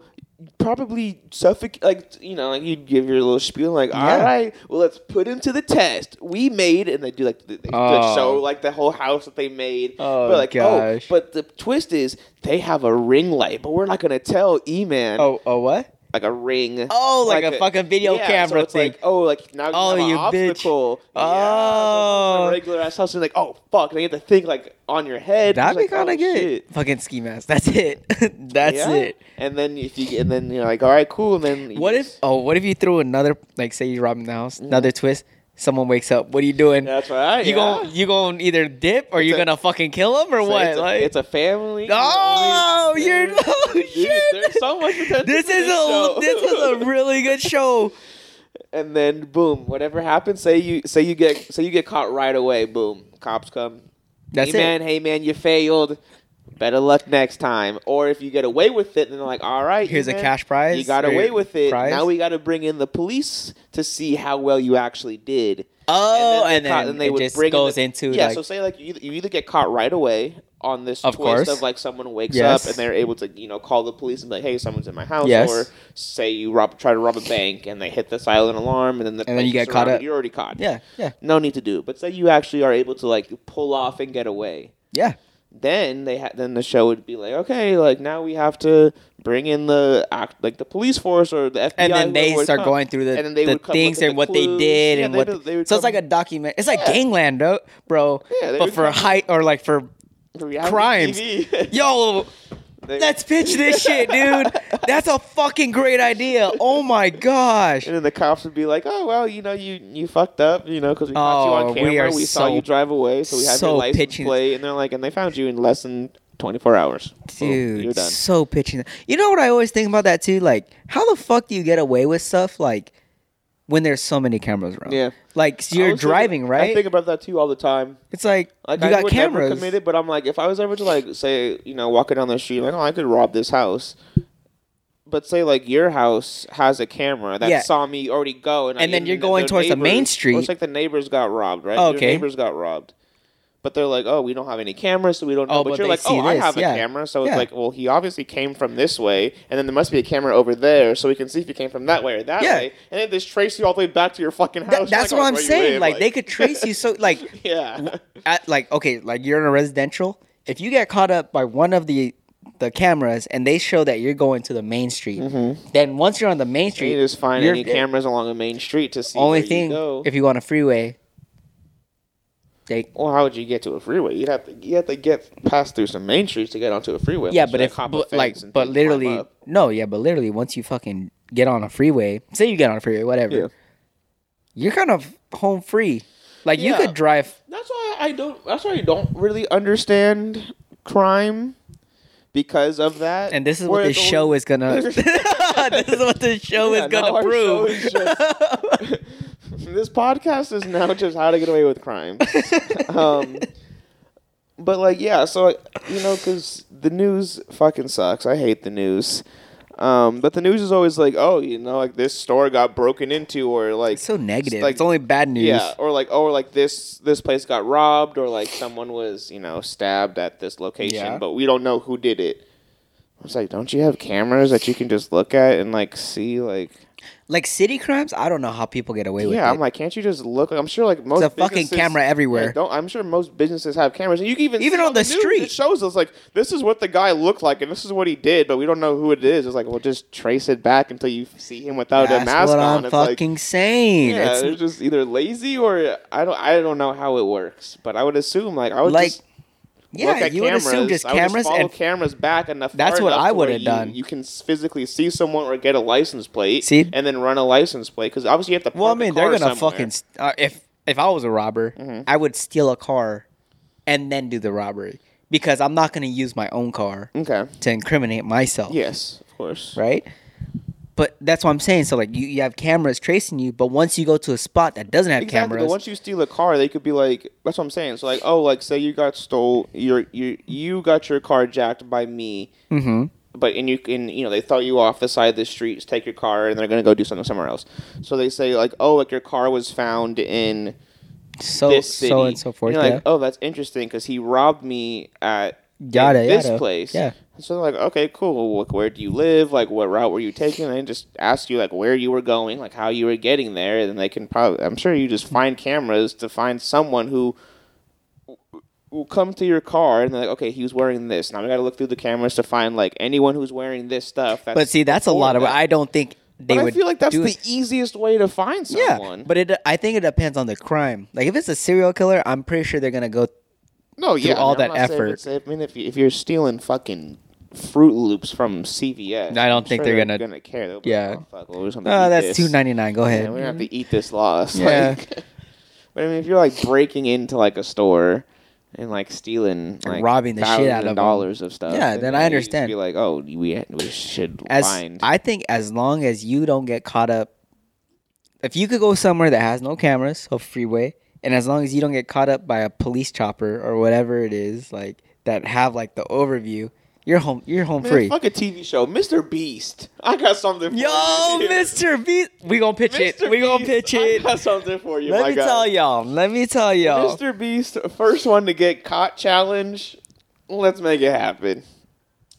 Speaker 1: probably suffocate. Like, you know, like you'd give your little spiel, like, all
Speaker 2: Yeah.
Speaker 1: right, well, let's put him to the test. We made, and they do like they, they
Speaker 2: Oh.
Speaker 1: show like the whole house that they made.
Speaker 2: Oh,
Speaker 1: but, like,
Speaker 2: gosh.
Speaker 1: Oh, but the twist is they have a ring light, but we're not gonna tell E Man
Speaker 2: oh, oh, what?
Speaker 1: like a ring.
Speaker 2: Oh, like a fucking video
Speaker 1: yeah,
Speaker 2: camera
Speaker 1: so it's
Speaker 2: thing.
Speaker 1: Like, oh, like now you
Speaker 2: Oh,
Speaker 1: have an
Speaker 2: you bitch.
Speaker 1: obstacle. Yeah,
Speaker 2: Oh.
Speaker 1: versus a regular ass house. And like, oh fuck, they have to think like on your head.
Speaker 2: That'd be
Speaker 1: It's like,
Speaker 2: kind of
Speaker 1: oh,
Speaker 2: good.
Speaker 1: shit.
Speaker 2: Fucking ski mask. That's it. That's
Speaker 1: Yeah.
Speaker 2: it.
Speaker 1: And then if you and then you're like, all right, cool. And then you
Speaker 2: What if?
Speaker 1: just-
Speaker 2: Oh, what if you threw another? Like, say you're robbing the house. Another twist. Someone wakes up. What are you doing?
Speaker 1: That's right. Mm. yeah.
Speaker 2: You gon' you gon' either dip or you're
Speaker 1: a-
Speaker 2: gonna fucking kill him or
Speaker 1: So
Speaker 2: what?
Speaker 1: It's a,
Speaker 2: like
Speaker 1: it's a family.
Speaker 2: Oh,
Speaker 1: you
Speaker 2: you're
Speaker 1: know,
Speaker 2: oh
Speaker 1: dude,
Speaker 2: shit.
Speaker 1: There's so much potential.
Speaker 2: This
Speaker 1: for
Speaker 2: is a
Speaker 1: show.
Speaker 2: this is a really good show.
Speaker 1: and then boom, whatever happens, say you say you get say you get caught right away, boom, cops come.
Speaker 2: That's
Speaker 1: hey man,
Speaker 2: it.
Speaker 1: hey man, you failed. Better luck next time. Or if you get away with it, then they're like, all right,
Speaker 2: Here's a
Speaker 1: man,
Speaker 2: cash prize
Speaker 1: You got
Speaker 2: or
Speaker 1: away with it.
Speaker 2: prize."
Speaker 1: Now we got to bring in the police to see how well you actually did.
Speaker 2: Oh,
Speaker 1: they
Speaker 2: and then,
Speaker 1: caught-
Speaker 2: it just
Speaker 1: in
Speaker 2: goes
Speaker 1: the-
Speaker 2: into
Speaker 1: yeah.
Speaker 2: like
Speaker 1: so say like you either, you either get caught right away on this
Speaker 2: Of
Speaker 1: twist
Speaker 2: course.
Speaker 1: of like someone wakes
Speaker 2: Yes.
Speaker 1: up and they're able to you know call the police and be like hey someone's in my house
Speaker 2: Yes.
Speaker 1: or say you rob try to rob a bank and they hit the silent alarm and then the
Speaker 2: And then you
Speaker 1: place is
Speaker 2: get caught
Speaker 1: surrounded,
Speaker 2: up.
Speaker 1: you're already caught
Speaker 2: yeah yeah
Speaker 1: no need to do it. but say you actually are able to like pull off and get away
Speaker 2: yeah.
Speaker 1: then they ha- then the show would be like okay like now we have to bring in the act like the police force or the FBI
Speaker 2: And then they
Speaker 1: whoever would
Speaker 2: start
Speaker 1: come.
Speaker 2: going through the,
Speaker 1: And then they
Speaker 2: the
Speaker 1: would come look
Speaker 2: things
Speaker 1: at
Speaker 2: and
Speaker 1: the
Speaker 2: what they
Speaker 1: clues.
Speaker 2: did
Speaker 1: Yeah,
Speaker 2: and
Speaker 1: they
Speaker 2: what.
Speaker 1: would- they would
Speaker 2: so it's like a
Speaker 1: come-
Speaker 2: document. It's like Gangland, bro. bro
Speaker 1: Yeah, they
Speaker 2: but
Speaker 1: would
Speaker 2: for
Speaker 1: come-
Speaker 2: height or like for
Speaker 1: Reality
Speaker 2: crimes.
Speaker 1: TV.
Speaker 2: yo,
Speaker 1: They-
Speaker 2: let's pitch this shit, dude. That's a fucking great idea. Oh my gosh.
Speaker 1: And then the cops would be like, "Oh well, you know, you you fucked up, you know, because we caught you
Speaker 2: Oh,
Speaker 1: on
Speaker 2: we
Speaker 1: camera. We,
Speaker 2: are
Speaker 1: saw
Speaker 2: so-
Speaker 1: you drive away, so we have
Speaker 2: so
Speaker 1: your license
Speaker 2: pitching-
Speaker 1: plate." And they're like, "And they found you in less than 24 hours, Boom,
Speaker 2: dude
Speaker 1: you're done."
Speaker 2: so pitching you know what i always think about that too like how the fuck do you get away with stuff like when there's so many cameras around
Speaker 1: Yeah.
Speaker 2: like so you're
Speaker 1: I was thinking-
Speaker 2: driving right
Speaker 1: I think about that too all the time.
Speaker 2: it's like,
Speaker 1: Like
Speaker 2: you
Speaker 1: I
Speaker 2: got
Speaker 1: would never
Speaker 2: cameras
Speaker 1: commit it, but I'm like, if I was ever to like say, you know, walking down the street, like, oh, I could rob this house. But say like your house has a camera that
Speaker 2: Yeah.
Speaker 1: saw me already go, and, I-
Speaker 2: And then you're
Speaker 1: the
Speaker 2: going towards the main
Speaker 1: neighbors- Or
Speaker 2: street.
Speaker 1: it's like the neighbors got robbed, right?
Speaker 2: Oh,
Speaker 1: Your
Speaker 2: okay.
Speaker 1: neighbors got robbed, but they're like, oh, we don't have any cameras, so we don't know.
Speaker 2: Oh,
Speaker 1: but,
Speaker 2: but
Speaker 1: you're
Speaker 2: they
Speaker 1: like,
Speaker 2: see
Speaker 1: oh, I
Speaker 2: this,
Speaker 1: have a
Speaker 2: yeah.
Speaker 1: camera, so it's
Speaker 2: Yeah.
Speaker 1: like, well, he obviously came from this way, and then there must be a camera over there, so we can see if he came from that way or that
Speaker 2: Yeah.
Speaker 1: way, and then they just trace you all the way back to your fucking house.
Speaker 2: Th-
Speaker 1: You're
Speaker 2: that's
Speaker 1: like,
Speaker 2: what
Speaker 1: oh,
Speaker 2: i'm
Speaker 1: where you
Speaker 2: saying
Speaker 1: live,
Speaker 2: like, they could trace you so like
Speaker 1: yeah.
Speaker 2: at, like okay like you're in a residential if you get caught up by one of the the cameras and they show that you're going to the main street then once you're on the main street
Speaker 1: You Mm-hmm. just find
Speaker 2: you're-
Speaker 1: any cameras along a main street to see.
Speaker 2: only
Speaker 1: where
Speaker 2: thing
Speaker 1: You go.
Speaker 2: if you go on a freeway they
Speaker 1: well, how would you get to a freeway? You'd have to you have to get past through some main streets to get onto a freeway.
Speaker 2: yeah,
Speaker 1: unless
Speaker 2: but
Speaker 1: you,
Speaker 2: if
Speaker 1: hop a
Speaker 2: but,
Speaker 1: fence
Speaker 2: like
Speaker 1: and
Speaker 2: but
Speaker 1: climb
Speaker 2: literally
Speaker 1: up.
Speaker 2: no, yeah, but literally once you fucking get on a freeway, say you get on a freeway, whatever,
Speaker 1: Yeah.
Speaker 2: you're kind of home free. Like you
Speaker 1: Yeah.
Speaker 2: could drive.
Speaker 1: that's why I don't. That's why I don't really understand crime because of that.
Speaker 2: And this is
Speaker 1: Where
Speaker 2: what this
Speaker 1: it's
Speaker 2: show
Speaker 1: only-
Speaker 2: is gonna. this is what this show
Speaker 1: Yeah,
Speaker 2: is
Speaker 1: now
Speaker 2: gonna
Speaker 1: our show
Speaker 2: prove.
Speaker 1: is just- this podcast is now just how to get away with crime. um, but like, yeah, so like, you know, because the news fucking sucks. I hate the news. Um, but the news is always like, oh, you know, like this store got broken into, or like
Speaker 2: It's so negative.
Speaker 1: like-
Speaker 2: it's only bad news.
Speaker 1: yeah, or like oh, or like this this place got robbed, or like someone was you know stabbed at this location,
Speaker 2: Yeah.
Speaker 1: but we don't know who did it. I was like, don't you have cameras that you can just look at and like see like
Speaker 2: Like city crimes, I don't know how people get away with
Speaker 1: yeah,
Speaker 2: it.
Speaker 1: I'm like, can't you just look? I'm sure like most
Speaker 2: There's a fucking
Speaker 1: businesses-
Speaker 2: camera everywhere.
Speaker 1: Yeah, don't, I'm sure most businesses have cameras, and you can even
Speaker 2: Even
Speaker 1: see
Speaker 2: on the
Speaker 1: news,
Speaker 2: street.
Speaker 1: it shows us like this is what the guy looked like, and this is what he did, but we don't know who it is. It's like, well, just trace it back until you see him without a
Speaker 2: That's
Speaker 1: mask
Speaker 2: what
Speaker 1: on.
Speaker 2: I'm
Speaker 1: it's
Speaker 2: fucking
Speaker 1: like,
Speaker 2: saying.
Speaker 1: yeah,
Speaker 2: It's-
Speaker 1: they're just either lazy or I don't, I don't know how it works, but I would assume like I would
Speaker 2: Like,
Speaker 1: just
Speaker 2: yeah,
Speaker 1: look at
Speaker 2: you would
Speaker 1: cameras.
Speaker 2: assume just
Speaker 1: I would
Speaker 2: cameras
Speaker 1: follow
Speaker 2: and
Speaker 1: cameras back enough.
Speaker 2: That's
Speaker 1: far
Speaker 2: what
Speaker 1: enough
Speaker 2: I
Speaker 1: to where
Speaker 2: would've
Speaker 1: you-
Speaker 2: done.
Speaker 1: You can physically see someone or get a license plate,
Speaker 2: See?
Speaker 1: and then run a license plate because obviously you have to.
Speaker 2: Well, I
Speaker 1: park a
Speaker 2: mean, they're
Speaker 1: car
Speaker 2: gonna
Speaker 1: somewhere. Mm-hmm.
Speaker 2: fucking. st- Uh, if if I was a robber, I would steal a car, and then do the robbery because I'm not gonna use my own car
Speaker 1: Okay.
Speaker 2: to incriminate myself.
Speaker 1: Yes, of course.
Speaker 2: Right. But that's what I'm saying. So like, you, you have cameras tracing you, but once you go to a spot that doesn't have
Speaker 1: Exactly. But
Speaker 2: cameras,
Speaker 1: once you steal a car, they could be like, that's what I'm saying. So like, oh, like say you got stole your you you got your car jacked by me,
Speaker 2: hmm
Speaker 1: but and you can you know they throw you off the side of the street, take your car, and they're gonna go do something somewhere else. So they say like, oh, like your car was found in
Speaker 2: so
Speaker 1: this city.
Speaker 2: so and so forth.
Speaker 1: you're
Speaker 2: yeah.
Speaker 1: like, oh, that's interesting because he robbed me at
Speaker 2: Yada,
Speaker 1: this
Speaker 2: yada.
Speaker 1: place.
Speaker 2: Yeah.
Speaker 1: So they're like, okay, cool. Well, Like, where do you live? Like, what route were you taking? And they just ask you like where you were going, like how you were getting there, and they can probably. I'm sure you just find cameras to find someone who will come to your car and they're like, okay, he was wearing this. Now we got to look through the cameras to find like anyone who's wearing this stuff. That's
Speaker 2: But see, that's a lot of.
Speaker 1: before that.
Speaker 2: I don't think they
Speaker 1: But I
Speaker 2: would.
Speaker 1: feel like that's
Speaker 2: do
Speaker 1: the
Speaker 2: it.
Speaker 1: easiest way to find
Speaker 2: yeah.
Speaker 1: someone.
Speaker 2: But it, I think it depends on the crime. Like if it's a serial killer, I'm pretty sure they're gonna go
Speaker 1: No, yeah,
Speaker 2: all
Speaker 1: I mean,
Speaker 2: that
Speaker 1: I'm not saying
Speaker 2: effort.
Speaker 1: it's- I mean, if, you, if you're stealing fucking Fruit Loops from CVS,
Speaker 2: I don't
Speaker 1: I'm
Speaker 2: think
Speaker 1: sure
Speaker 2: they're gonna-
Speaker 1: gonna care. They'll be
Speaker 2: yeah.
Speaker 1: like, oh, fuck, well, we're just gonna
Speaker 2: Oh,
Speaker 1: eat
Speaker 2: that's
Speaker 1: this.
Speaker 2: two ninety nine. Go
Speaker 1: Yeah,
Speaker 2: ahead.
Speaker 1: we're gonna have to eat this loss.
Speaker 2: Yeah.
Speaker 1: Like, but I mean, if you're like breaking into like a store and like stealing, like
Speaker 2: robbing the shit
Speaker 1: thousands
Speaker 2: out of 'em.
Speaker 1: dollars of stuff,
Speaker 2: Yeah, then I
Speaker 1: you just
Speaker 2: understand.
Speaker 1: Be like, oh, we, we should
Speaker 2: As
Speaker 1: find.
Speaker 2: I think, as long as you don't get caught up, if you could go somewhere that has no cameras, so freeway, and as long as you don't get caught up by a police chopper or whatever it is, like that have like the overview, you're home. You're home
Speaker 1: Man,
Speaker 2: free.
Speaker 1: fuck a TV show, Mr. Beast. I got something. for
Speaker 2: Yo,
Speaker 1: you.
Speaker 2: Mr. Beast, we gonna pitch it.
Speaker 1: Mr.
Speaker 2: We gonna
Speaker 1: Beast,
Speaker 2: pitch
Speaker 1: I
Speaker 2: it.
Speaker 1: got something for you.
Speaker 2: Let
Speaker 1: my
Speaker 2: me
Speaker 1: guy.
Speaker 2: tell y'all. Let me tell y'all.
Speaker 1: Mr. Beast, first one to get caught challenge. Let's make it happen.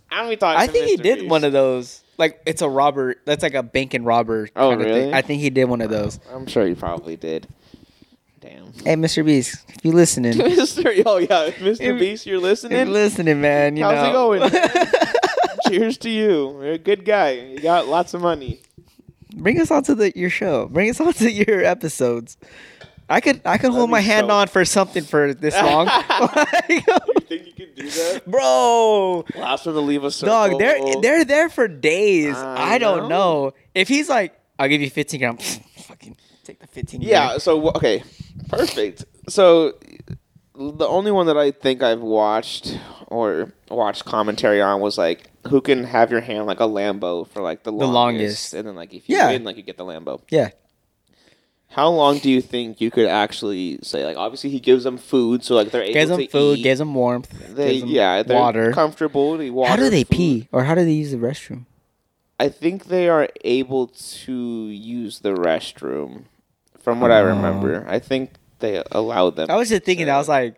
Speaker 1: How many times?
Speaker 2: I
Speaker 1: did
Speaker 2: think he
Speaker 1: Mr.
Speaker 2: did
Speaker 1: Beast?
Speaker 2: one of those. Like it's a robber. That's like a bank and robber.
Speaker 1: Oh,
Speaker 2: kinda
Speaker 1: really?
Speaker 2: Thing. I think he did one of those.
Speaker 1: I'm sure he probably did. Damn.
Speaker 2: Hey, Mr. Beast, if you listening,
Speaker 1: Mr. Oh yeah, Mr.
Speaker 2: If-
Speaker 1: Beast, you're
Speaker 2: if
Speaker 1: listening.
Speaker 2: you listening, man. You
Speaker 1: How's it
Speaker 2: know.
Speaker 1: going? Cheers to you. You're a good guy. You got lots of money.
Speaker 2: Bring us onto the your show. Bring us onto your episodes. I could I could hold
Speaker 1: be
Speaker 2: my hand
Speaker 1: so-
Speaker 2: on for something for this long, Like,
Speaker 1: You think you can do that?
Speaker 2: bro.
Speaker 1: Last one to leave a circle.
Speaker 2: Dog, they're they're there for days. I,
Speaker 1: I
Speaker 2: don't
Speaker 1: know.
Speaker 2: know if he's like, I'll give you fifteen grams. Fucking take the fifteen.
Speaker 1: Yeah. So wh- okay, perfect. So the only one that I think I've watched or watched commentary on was like who can have your hand like a Lambo for like the longest,
Speaker 2: longest.
Speaker 1: and then like if you
Speaker 2: Yeah.
Speaker 1: win, like you get the Lambo.
Speaker 2: yeah.
Speaker 1: How long do you think you could actually say? Like obviously he gives them food, so like they're able
Speaker 2: Gives them
Speaker 1: to
Speaker 2: food.
Speaker 1: eat.
Speaker 2: Gives them warmth.
Speaker 1: they
Speaker 2: gives them
Speaker 1: yeah they're
Speaker 2: water.
Speaker 1: comfortable. They water.
Speaker 2: How do they
Speaker 1: food.
Speaker 2: pee or how do they use the restroom?
Speaker 1: I think they are able to use the restroom, from what I remember. I think they allowed them.
Speaker 2: I was just thinking, I was like,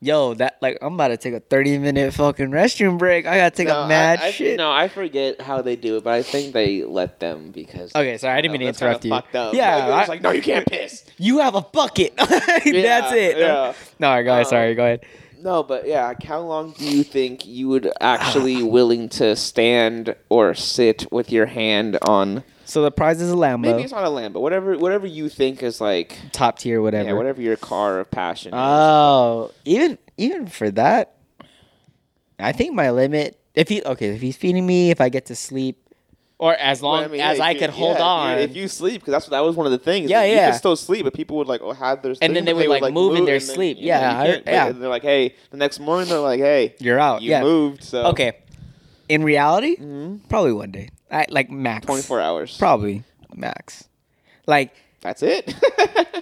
Speaker 2: yo, that like I'm about to take a 30 minute fucking restroom break. I gotta take
Speaker 1: No,
Speaker 2: a mad
Speaker 1: I, I,
Speaker 2: shit.
Speaker 1: No, I forget how they do it, but I think they let them because. Oh,
Speaker 2: Okay, sorry, I didn't mean to
Speaker 1: That's kinda
Speaker 2: interrupt you.
Speaker 1: Fucked up.
Speaker 2: Yeah,
Speaker 1: like, it's
Speaker 2: I-
Speaker 1: like no, you can't piss.
Speaker 2: You have a bucket. That's it.
Speaker 1: yeah. Uh,
Speaker 2: No, all right, go ahead. Sorry, go ahead.
Speaker 1: No, but yeah, like, how long do you think you would actually willing to stand or sit with your hand on?
Speaker 2: So the prize is a
Speaker 1: Maybe
Speaker 2: Lambo,
Speaker 1: it's not a lamb, but whatever, whatever you think is like,
Speaker 2: top tier, whatever.
Speaker 1: yeah, whatever your car of passion. is.
Speaker 2: Oh, even even for that, I think my limit. If he okay, if he's feeding me, if I get to sleep, or as
Speaker 1: But,
Speaker 2: long
Speaker 1: yeah,
Speaker 2: as
Speaker 1: if
Speaker 2: I
Speaker 1: you-
Speaker 2: could hold
Speaker 1: yeah,
Speaker 2: on,
Speaker 1: if you, if you sleep, because that's that was one of the things.
Speaker 2: Yeah,
Speaker 1: like, You
Speaker 2: yeah.
Speaker 1: could still sleep, but people would like oh had their
Speaker 2: And then
Speaker 1: thing,
Speaker 2: they
Speaker 1: but
Speaker 2: would, like, move in their
Speaker 1: and then-
Speaker 2: sleep.
Speaker 1: and then
Speaker 2: Yeah,
Speaker 1: you
Speaker 2: I-
Speaker 1: can't-
Speaker 2: yeah.
Speaker 1: and They're like, hey, the next morning they're like, hey,
Speaker 2: you're out.
Speaker 1: you
Speaker 2: yeah.
Speaker 1: moved. So Mm-hmm.
Speaker 2: Okay. In reality, probably one day. I like max.
Speaker 1: twenty four hours.
Speaker 2: Probably max. Like
Speaker 1: That's it.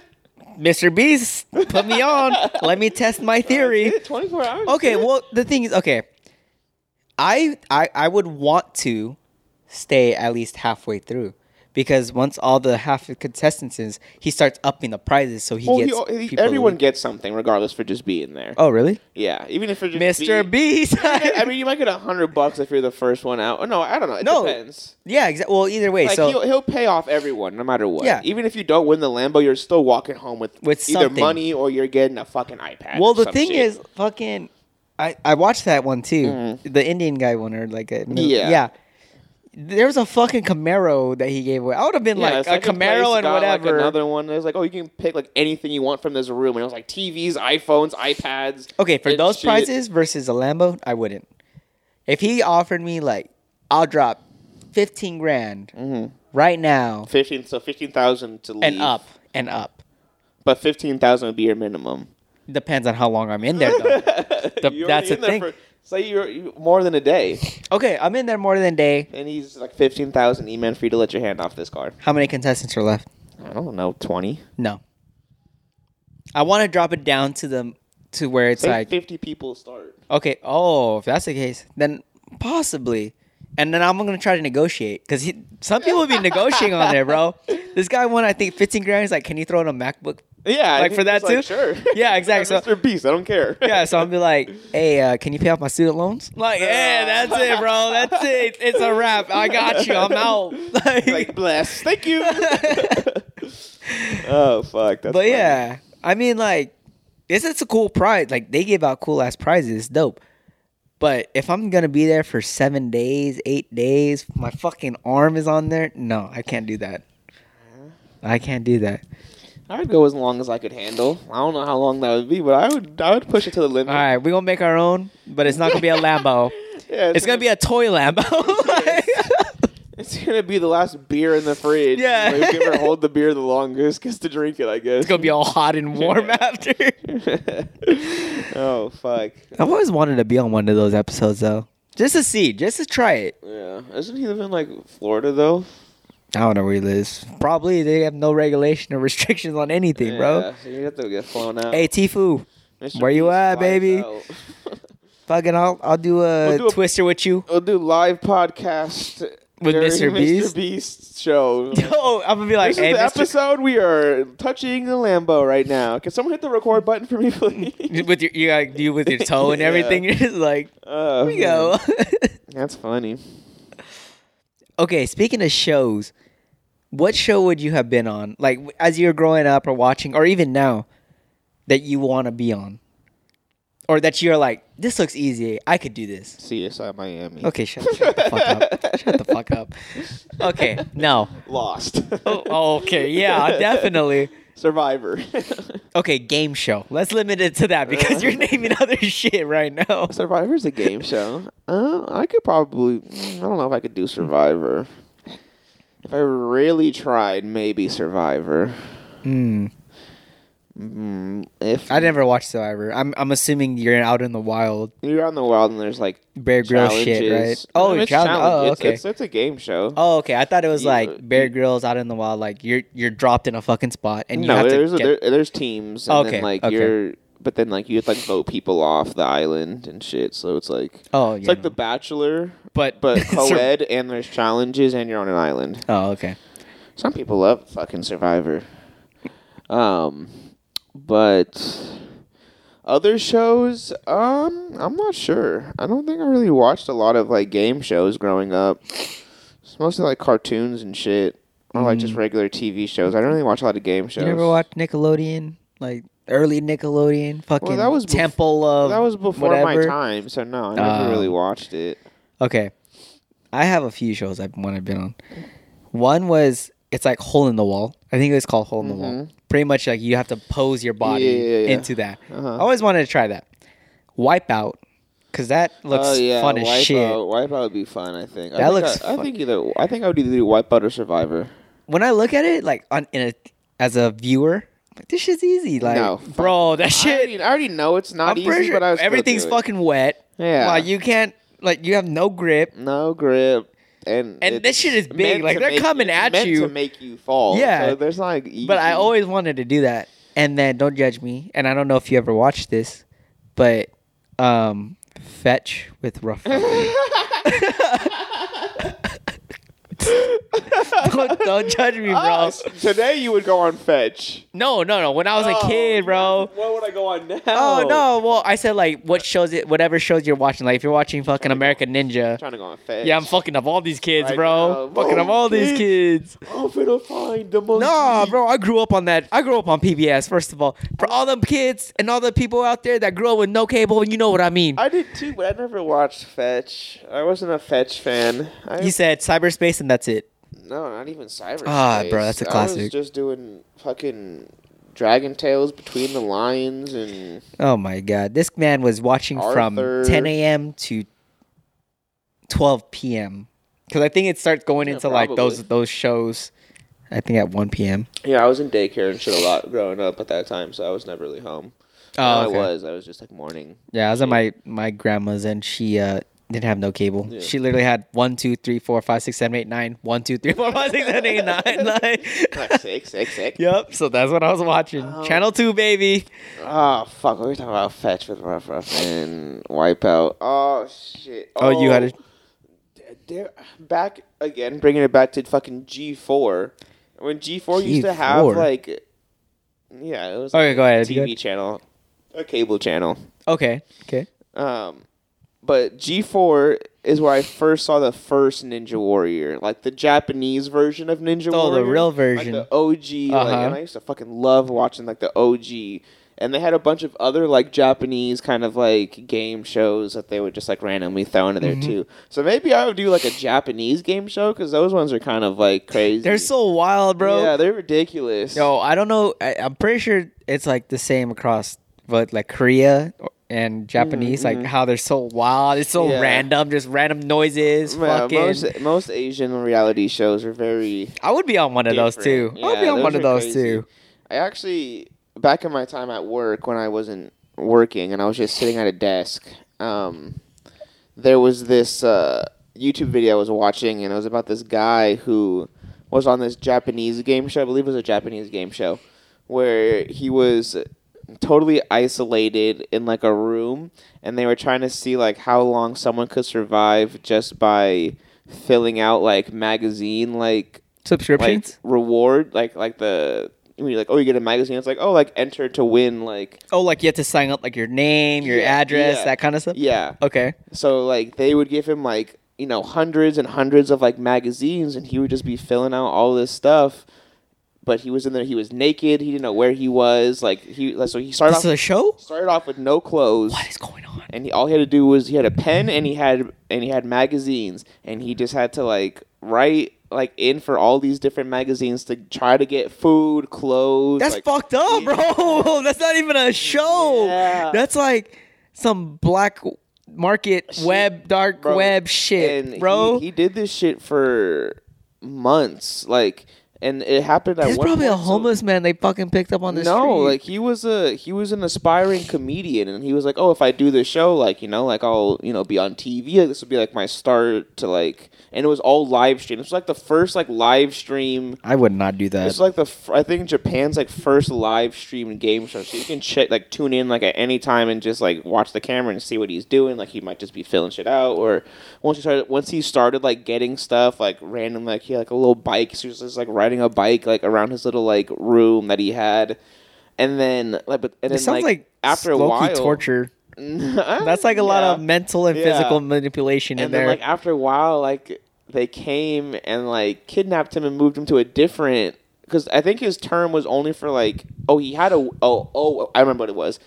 Speaker 2: Mr. Beast, put me on. Let me test my theory.
Speaker 1: Twenty four hours.
Speaker 2: Okay, well, the thing is, okay, I I I would want to stay at least halfway through because once all the half the contestants is, he starts upping the prizes, so he
Speaker 1: Well,
Speaker 2: gets
Speaker 1: he- he-
Speaker 2: people
Speaker 1: everyone
Speaker 2: to-
Speaker 1: gets something regardless for just being there.
Speaker 2: Oh, really,
Speaker 1: Yeah, even if you're just
Speaker 2: Mr.
Speaker 1: being-
Speaker 2: Beast?
Speaker 1: I mean, you might get a hundred bucks if you're the first one out. Oh, no, I don't know. It
Speaker 2: No.
Speaker 1: depends.
Speaker 2: yeah, exactly. Well, either way,
Speaker 1: Like
Speaker 2: so
Speaker 1: he'll, he'll pay off everyone no matter what.
Speaker 2: Yeah.
Speaker 1: Even if you don't win the Lambo, you're still walking home with,
Speaker 2: With
Speaker 1: either
Speaker 2: something.
Speaker 1: money or you're getting a fucking iPad.
Speaker 2: well,
Speaker 1: or
Speaker 2: the
Speaker 1: some
Speaker 2: thing
Speaker 1: shit.
Speaker 2: is, fucking, I I watched that one too, the Indian guy one or like a
Speaker 1: Mm. Yeah.
Speaker 2: yeah. There was a fucking Camaro that he gave away. I would have been
Speaker 1: Yeah,
Speaker 2: like a
Speaker 1: second
Speaker 2: Camaro
Speaker 1: place
Speaker 2: and
Speaker 1: got,
Speaker 2: whatever.
Speaker 1: Like another one. It was like, oh, you can pick like anything you want from this room. And it was like TVs, iPhones, iPads.
Speaker 2: Okay, for
Speaker 1: and
Speaker 2: those
Speaker 1: shit.
Speaker 2: prices versus a Lambo, I wouldn't. If he offered me like, I'll drop fifteen grand
Speaker 1: Mm-hmm.
Speaker 2: right now
Speaker 1: fifteen, so fifteen thousand to leave,
Speaker 2: and up and up.
Speaker 1: But fifteen thousand would be your minimum.
Speaker 2: Depends on how long I'm in there though. The-
Speaker 1: You're
Speaker 2: that's
Speaker 1: already in
Speaker 2: the
Speaker 1: there
Speaker 2: thing.
Speaker 1: For, say you're you- more than a day,
Speaker 2: okay, I'm in there more than a day.
Speaker 1: and he's like fifteen thousand e-man for you to let your hand off this car.
Speaker 2: How many contestants are left?
Speaker 1: I don't know, twenty.
Speaker 2: No. I want to drop it down to the to where it's
Speaker 1: Say
Speaker 2: like
Speaker 1: fifty people start.
Speaker 2: okay, oh, if that's the case, then possibly. And then I'm gonna try to negotiate because some people be negotiating on there, bro. This guy won, I think, 15 grand. He's like, "Can you throw in a MacBook
Speaker 1: Yeah, I
Speaker 2: Like,
Speaker 1: think
Speaker 2: for that
Speaker 1: it's like,
Speaker 2: too?
Speaker 1: Sure.
Speaker 2: Yeah, exactly.
Speaker 1: I'm Mr. Beast, I don't care.
Speaker 2: Yeah, so I'll be like, hey, uh, can you pay off my student loans? Like, yeah, that's it, bro. That's it. It's a wrap. I got you. I'm out. Like,
Speaker 1: like bless. Thank you. oh fuck. That's
Speaker 2: but
Speaker 1: funny.
Speaker 2: yeah, I mean, like, this is a cool prize. Like, they give out cool ass prizes. It's dope. But if I'm gonna be there for seven days, eight days, my fucking arm is on there. No, I can't do that. I can't do that.
Speaker 1: I would go as long as I could handle. I don't know how long that would be, but I would I would push it to the limit.
Speaker 2: All right, we're gonna make our own, but it's not gonna be a Lambo.
Speaker 1: Yeah,
Speaker 2: It's gonna be a toy Lambo.
Speaker 1: it's gonna be the last beer in the fridge.
Speaker 2: Yeah.
Speaker 1: Like, whoever hold the beer the longest gets to drink it. I guess.
Speaker 2: It's gonna be all hot and warm after.
Speaker 1: oh fuck.
Speaker 2: I've always wanted to be on one of those episodes though, just to see, just to try it.
Speaker 1: Yeah. Isn't he living in like Florida though?
Speaker 2: I don't know where he lives. Probably they have no regulation or restrictions on anything, bro.
Speaker 1: Yeah, so you have to get flown out.
Speaker 2: Hey Tifu,
Speaker 1: Mr.
Speaker 2: where you
Speaker 1: Beast
Speaker 2: at,
Speaker 1: flies
Speaker 2: baby?
Speaker 1: out.
Speaker 2: fucking, I'll I'll do a,
Speaker 1: We'll do a-
Speaker 2: twister with you.
Speaker 1: we'll do live podcast
Speaker 2: With
Speaker 1: during
Speaker 2: Mr. Beast?
Speaker 1: Mr. Beast show.
Speaker 2: Yo, I'm gonna be like,
Speaker 1: This
Speaker 2: hey,
Speaker 1: is the
Speaker 2: Mr.
Speaker 1: episode we are touching the Lambo right now. Can someone hit the record button for me, please?
Speaker 2: with your you like you with your toe and
Speaker 1: Yeah.
Speaker 2: everything. You're just like,
Speaker 1: Uh,
Speaker 2: here we go.
Speaker 1: That's funny.
Speaker 2: okay, speaking of shows, what show would you have been on, like w- as you were growing up or watching, or even now, that you want to be on, or that you're like, this looks easy, I could do this.
Speaker 1: CSI Miami.
Speaker 2: Okay, shut, shut the fuck up. Shut the fuck up. Okay, no.
Speaker 1: Lost.
Speaker 2: Oh, okay, yeah, definitely.
Speaker 1: Survivor.
Speaker 2: Okay, game show. Let's limit it to that because you're naming other shit right now.
Speaker 1: Survivor's a game show. Uh, I could probably. mm, I don't know if I could do Survivor. If I really tried, maybe Survivor.
Speaker 2: Hmm.
Speaker 1: Mm, if
Speaker 2: I never watched Survivor. I'm I'm assuming you're out in the wild,
Speaker 1: you're on the wild and there's like
Speaker 2: Bear Grylls
Speaker 1: challenges.
Speaker 2: shit, right?
Speaker 1: No,
Speaker 2: Oh,
Speaker 1: it's
Speaker 2: challenge.
Speaker 1: challenge.
Speaker 2: Oh,
Speaker 1: It's-
Speaker 2: okay.
Speaker 1: It's, it's a game show.
Speaker 2: Oh, okay. I thought it was
Speaker 1: You-
Speaker 2: like Bear Grylls out in the wild, like you're you're dropped in a fucking spot and you
Speaker 1: no,
Speaker 2: have to
Speaker 1: there's
Speaker 2: get.
Speaker 1: there, there's teams. And
Speaker 2: Okay,
Speaker 1: Then, like
Speaker 2: okay.
Speaker 1: you're, but then like you have to like vote people off the island and shit. So it's like
Speaker 2: oh, yeah.
Speaker 1: it's like The Bachelor,
Speaker 2: but
Speaker 1: but co-ed and there's challenges and you're on an island.
Speaker 2: oh, okay.
Speaker 1: Some people love fucking Survivor. Um, but other shows, um, I'm not sure. I don't think I really watched a lot of like game shows growing up. It's mostly like cartoons and shit. Or like just regular TV shows. I don't really watch a lot of game shows.
Speaker 2: Mm. You never watched Nickelodeon, like early Nickelodeon, fucking
Speaker 1: that was bef-
Speaker 2: Temple of
Speaker 1: that was before
Speaker 2: whatever.
Speaker 1: my time, so no, I never
Speaker 2: Oh.
Speaker 1: really watched it.
Speaker 2: Okay, I have a few shows I've one I've been on. One was it's like hole in the wall. I think it was called hole in the wall. Pretty much like you have to pose your body
Speaker 1: Mm-hmm. Yeah, yeah, Uh-huh. yeah.
Speaker 2: into that. I always wanted to try that. Wipeout, because that looks
Speaker 1: oh yeah,
Speaker 2: fun as
Speaker 1: Wipeout.
Speaker 2: shit.
Speaker 1: Wipeout would be fun. I think. I
Speaker 2: That
Speaker 1: think
Speaker 2: looks
Speaker 1: I, I
Speaker 2: fun.
Speaker 1: think either. I think I would either do Wipeout or Survivor.
Speaker 2: when I look at it, like on in a as a viewer, I'm like this shit's easy. Like,
Speaker 1: No, fuck.
Speaker 2: bro, that
Speaker 1: I
Speaker 2: shit.
Speaker 1: already, I already know it's not
Speaker 2: I'm
Speaker 1: easy,
Speaker 2: pretty
Speaker 1: but I
Speaker 2: sure
Speaker 1: was
Speaker 2: everything's fucking wet.
Speaker 1: Yeah.
Speaker 2: Like you can't. Like you have no grip.
Speaker 1: No grip. and
Speaker 2: And this
Speaker 1: it's
Speaker 2: shit is big,
Speaker 1: meant
Speaker 2: like,
Speaker 1: to
Speaker 2: they're
Speaker 1: make-
Speaker 2: coming
Speaker 1: it's
Speaker 2: at
Speaker 1: meant
Speaker 2: you.
Speaker 1: to make you fall.
Speaker 2: Yeah.
Speaker 1: so there's not. Like, easy.
Speaker 2: But I always wanted to do that. And then don't judge me. And I don't know if you ever watched this, but um, fetch with rough. Ruffian. don't, don't judge me,
Speaker 1: Ah,
Speaker 2: bro.
Speaker 1: s- today you would go on fetch.
Speaker 2: No, no, no. When I was a kid, bro.
Speaker 1: What Oh, would I go on now?
Speaker 2: Oh no! Well, I said like what shows it, whatever shows you're watching. Like if you're watching fucking American Ninja,
Speaker 1: trying to go on fetch.
Speaker 2: yeah, I'm fucking up all these kids,
Speaker 1: Right
Speaker 2: bro.
Speaker 1: now.
Speaker 2: Fucking up
Speaker 1: Whoa,
Speaker 2: all these kids.
Speaker 1: I'm finna Oh, find the monkey.
Speaker 2: Nah, bro, I grew up on that. I grew up on PBS. First of all, for all them kids and all the people out there that grew up with no cable, you know what I mean.
Speaker 1: I did too, but I never watched Fetch. I wasn't a Fetch fan. I,
Speaker 2: you said cyberspace and that's it.
Speaker 1: no, not even Cyber.
Speaker 2: Ah, bro, that's a
Speaker 1: I was
Speaker 2: classic.
Speaker 1: just doing fucking Dragon Tales between the lions and
Speaker 2: Oh my god, this man was watching
Speaker 1: Arthur.
Speaker 2: from 10 a.m. to 12 p.m. Because I think it starts going into like those those shows. I think at 1 p.m.
Speaker 1: yeah, I was in daycare and shit a lot growing up at that time, so I was never really home.
Speaker 2: Oh,
Speaker 1: No,
Speaker 2: okay.
Speaker 1: I was. I was just like morning.
Speaker 2: Yeah, I was at my my grandma's and she uh didn't have no cable.
Speaker 1: Yeah.
Speaker 2: She literally had one, two, three, four, five, six, seven, eight, nine. One, two, three, four, five, six, seven, eight, nine.
Speaker 1: Like
Speaker 2: Like,
Speaker 1: sick, sick, sick.
Speaker 2: yep. So that's what I was watching.
Speaker 1: Oh.
Speaker 2: Channel two, baby.
Speaker 1: Oh fuck, we were talking about fetch with rough rough and wipeout. Oh shit.
Speaker 2: Oh, you had it.
Speaker 1: There, back again, bringing it back to fucking G four. When G four used to have
Speaker 2: G4?
Speaker 1: like, yeah, it was
Speaker 2: Okay,
Speaker 1: like
Speaker 2: go
Speaker 1: a
Speaker 2: ahead,
Speaker 1: TV
Speaker 2: go ahead.
Speaker 1: channel, a cable channel.
Speaker 2: Okay. Okay.
Speaker 1: Um, but G four is where I first saw the first Ninja Warrior, like the Japanese version of Ninja
Speaker 2: Oh, the
Speaker 1: Warrior.
Speaker 2: real
Speaker 1: like
Speaker 2: version.
Speaker 1: the OG. Like,
Speaker 2: Uh-huh.
Speaker 1: and I used to fucking love watching like the OG. And they had a bunch of other like Japanese kind of like game shows that they would just like randomly throw into
Speaker 2: Mm-hmm.
Speaker 1: there too. So maybe I would do like a Japanese game show because those ones are kind of like crazy.
Speaker 2: They're so wild, bro.
Speaker 1: yeah, they're ridiculous.
Speaker 2: Yo, I don't know. I, I'm pretty sure it's like the same across, but like Korea and Japanese, like how they're so wild. It's so
Speaker 1: Mm-hmm. Yeah.
Speaker 2: random, just random noises.
Speaker 1: Yeah,
Speaker 2: fucking.
Speaker 1: most most Asian reality shows are very
Speaker 2: I would be on one of those too.
Speaker 1: different.
Speaker 2: I would be
Speaker 1: Yeah,
Speaker 2: on one of
Speaker 1: are
Speaker 2: those
Speaker 1: crazy.
Speaker 2: too.
Speaker 1: I actually back in my time at work when I wasn't working and I was just sitting at a desk. Um, there was this uh, YouTube video I was watching, and it was about this guy who was on this Japanese game show. I believe it was a Japanese game show where he was totally isolated in like a room, and they were trying to see like how long someone could survive just by filling out like magazine like like
Speaker 2: Subscriptions.
Speaker 1: reward like like the when you're like oh you get a magazine it's like oh like enter to win like
Speaker 2: oh, like you have to sign up like your name, your
Speaker 1: Yeah,
Speaker 2: address,
Speaker 1: yeah.
Speaker 2: that kind of stuff.
Speaker 1: yeah
Speaker 2: Okay.
Speaker 1: so like they would give him like you know hundreds and hundreds of like magazines and he would just be filling out all this stuff but he was in there he was naked he didn't know where he was like he like, so he started
Speaker 2: This
Speaker 1: off
Speaker 2: is a show.
Speaker 1: started off with no clothes
Speaker 2: What is going on?
Speaker 1: and he all he had to do was he had a pen and he had and he had magazines and he just had to like write like in for all these different magazines to try to get food, clothes.
Speaker 2: That's
Speaker 1: like-
Speaker 2: fucked up, bro. That's not even a show.
Speaker 1: Yeah.
Speaker 2: That's like some black market web, dark
Speaker 1: bro.
Speaker 2: web shit,
Speaker 1: and
Speaker 2: bro.
Speaker 1: He, he did this shit for months, like, and it happened at
Speaker 2: There's
Speaker 1: one
Speaker 2: probably a
Speaker 1: point, so-
Speaker 2: homeless man they fucking picked up on the street.
Speaker 1: no, like he was a he was an aspiring comedian, and he was like, oh, if I do this show, like you know, like I'll you know be on TV. Like, this will be like my start to like, and it was all live stream. It was like the first like live stream
Speaker 2: I would not do that.
Speaker 1: It's like the f- I think Japan's like first live streamed game show, so you can check like tune in like at any time and just like watch the camera and see what he's doing. Like he might just be filling shit out, or once he started once he started like getting stuff like random like he had like a little bike, so he was just like riding a bike like around his little like room that he had, and then like but and
Speaker 2: it
Speaker 1: then
Speaker 2: sounds like,
Speaker 1: after a
Speaker 2: low-key
Speaker 1: while uh,
Speaker 2: torture. That's like a lot
Speaker 1: Yeah
Speaker 2: of mental and
Speaker 1: Yeah.
Speaker 2: physical manipulation in
Speaker 1: and then
Speaker 2: there.
Speaker 1: like after a while like they came and like kidnapped him and moved him to a different because i think his term was only for like oh he had a oh oh i remember what it was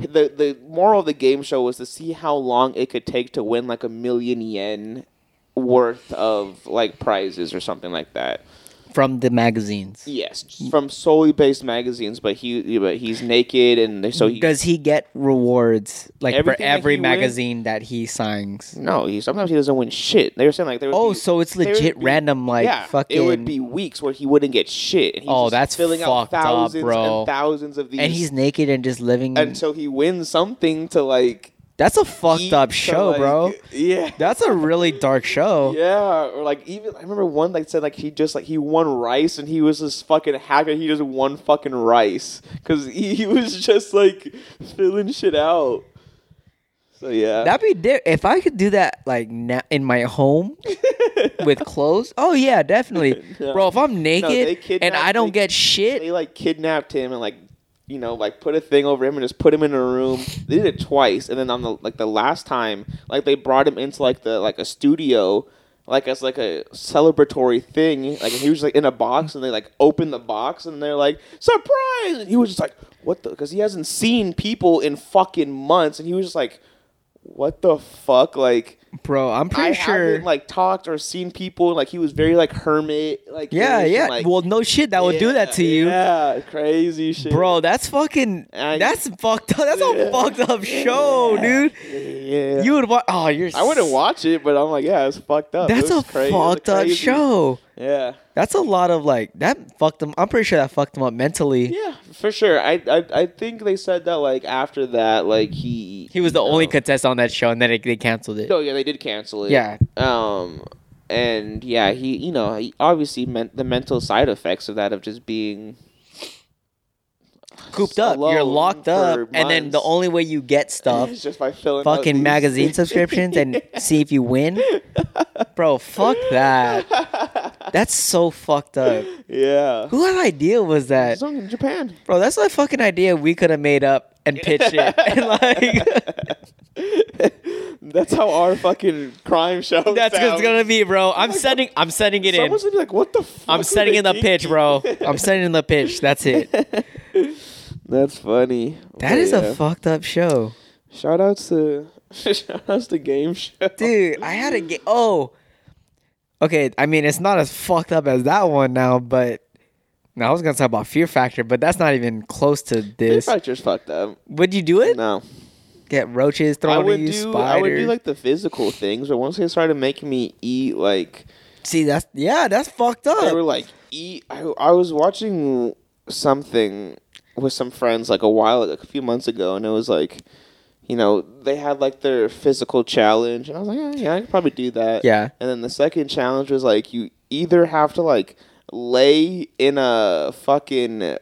Speaker 1: the the moral of the game show was to see how long it could take to win like a million yen worth of like prizes or something like that
Speaker 2: from the magazines.
Speaker 1: yes from solely based magazines but he but he's naked and so he
Speaker 2: Does he get rewards like
Speaker 1: Everything
Speaker 2: for
Speaker 1: that
Speaker 2: every
Speaker 1: he wins-
Speaker 2: magazine that he signs?
Speaker 1: no he sometimes he doesn't win shit they were saying like there would
Speaker 2: Oh,
Speaker 1: be-
Speaker 2: so it's
Speaker 1: there would
Speaker 2: legit
Speaker 1: be-
Speaker 2: random, like fucking.
Speaker 1: It would be weeks where he wouldn't get shit. And he's
Speaker 2: Oh,
Speaker 1: just
Speaker 2: that's
Speaker 1: filling out
Speaker 2: fucked up,
Speaker 1: thousands
Speaker 2: bro.
Speaker 1: and thousands of these.
Speaker 2: and he's naked and just living.
Speaker 1: until he wins something to like
Speaker 2: That's a fucked
Speaker 1: eat
Speaker 2: up
Speaker 1: to,
Speaker 2: show,
Speaker 1: like-
Speaker 2: bro.
Speaker 1: Yeah.
Speaker 2: That's a really dark show.
Speaker 1: Yeah, or like even I remember one that said like he just like he won rice and he was this fucking hacker. He just won fucking rice because he, he was just like filling shit out. So yeah,
Speaker 2: That'd be di- if I could do that like na- in my home with clothes. Oh yeah, definitely,
Speaker 1: Yeah.
Speaker 2: bro. If I'm
Speaker 1: they
Speaker 2: naked and
Speaker 1: kidnapped-
Speaker 2: I don't
Speaker 1: they-
Speaker 2: get shit,
Speaker 1: they like kidnapped him and like you know like put a thing over him and just put him in a room. They did it twice, and then on the like the last time, like they brought him into like the like a studio. Like as like a celebratory thing, like he was like in a box, and they like opened the box, and they're like surprise, and he was just like what the, because he hasn't seen people in fucking months, and he was just like, what the fuck, like
Speaker 2: bro. I'm pretty
Speaker 1: I
Speaker 2: sure.
Speaker 1: haven't like talked or seen people, like he was very like hermit, like
Speaker 2: yeah,
Speaker 1: and,
Speaker 2: yeah.
Speaker 1: like,
Speaker 2: well, no shit, that would do that to you,
Speaker 1: yeah, crazy shit.
Speaker 2: bro. That's fucking.
Speaker 1: I-
Speaker 2: that's fucked up. That's a
Speaker 1: Yeah.
Speaker 2: fucked up show, dude.
Speaker 1: Yeah.
Speaker 2: You would watch. Oh, you're.
Speaker 1: I wouldn't
Speaker 2: s-
Speaker 1: watch it, but I'm like, yeah, it's fucked up. It
Speaker 2: That's a
Speaker 1: was cra- it was
Speaker 2: fucked up
Speaker 1: crazy.
Speaker 2: show.
Speaker 1: Yeah.
Speaker 2: That's a lot of like that fucked them. I'm pretty sure that fucked them up mentally.
Speaker 1: Yeah, for sure. I, I I think they said that like after that, like he
Speaker 2: He was the
Speaker 1: you
Speaker 2: only
Speaker 1: know-
Speaker 2: contestant on that show, and then it, they canceled it.
Speaker 1: No, yeah, they did cancel it.
Speaker 2: Yeah.
Speaker 1: Um, and yeah, he you know he obviously meant the mental side effects of that of just being
Speaker 2: cooped up. You're
Speaker 1: alone
Speaker 2: locked
Speaker 1: for
Speaker 2: up, and then the
Speaker 1: months.
Speaker 2: only way you get stuff
Speaker 1: It's just by filling out
Speaker 2: fucking
Speaker 1: these-
Speaker 2: magazine subscriptions and see if you win. Bro, fuck that. That's so fucked up.
Speaker 1: yeah.
Speaker 2: Who had idea was that?
Speaker 1: It's only in Japan.
Speaker 2: Bro, that's a fucking idea we could have made up and pitched it. And like
Speaker 1: That's how our fucking crime show.
Speaker 2: that's what's
Speaker 1: sounds.
Speaker 2: gonna be, bro. I'm sending I'm sending it in.
Speaker 1: Someone's gonna be like, "What the?" Fuck
Speaker 2: I'm
Speaker 1: are
Speaker 2: sending
Speaker 1: they
Speaker 2: in the pitch,
Speaker 1: thinking?"
Speaker 2: bro. I'm sending in the pitch. That's it.
Speaker 1: That's funny.
Speaker 2: That is a fucked up show.
Speaker 1: shout outs to shout outs to game show,
Speaker 2: dude i had a game oh okay i mean it's not as fucked up as that one now but no i was gonna talk about fear factor but that's not even close to
Speaker 1: Fear
Speaker 2: this
Speaker 1: Factor's fucked up.
Speaker 2: would you do it
Speaker 1: No,
Speaker 2: get roaches
Speaker 1: I
Speaker 2: thrown at
Speaker 1: would
Speaker 2: you
Speaker 1: do
Speaker 2: spiders
Speaker 1: I would do like the physical things, but once they started making me eat, like
Speaker 2: see that's yeah that's fucked
Speaker 1: they were
Speaker 2: up
Speaker 1: like eat. I I was watching something with some friends like a while like, a few months ago, and it was like. You know, they had like their physical challenge, and I was like, yeah, yeah, I could probably do that.
Speaker 2: yeah
Speaker 1: And then the second challenge was like you either have to like lay in a fucking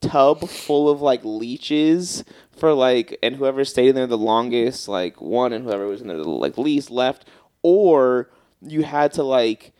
Speaker 1: tub full of like leeches for like and whoever stayed in there the longest like won and whoever was in there the like least left or you had to like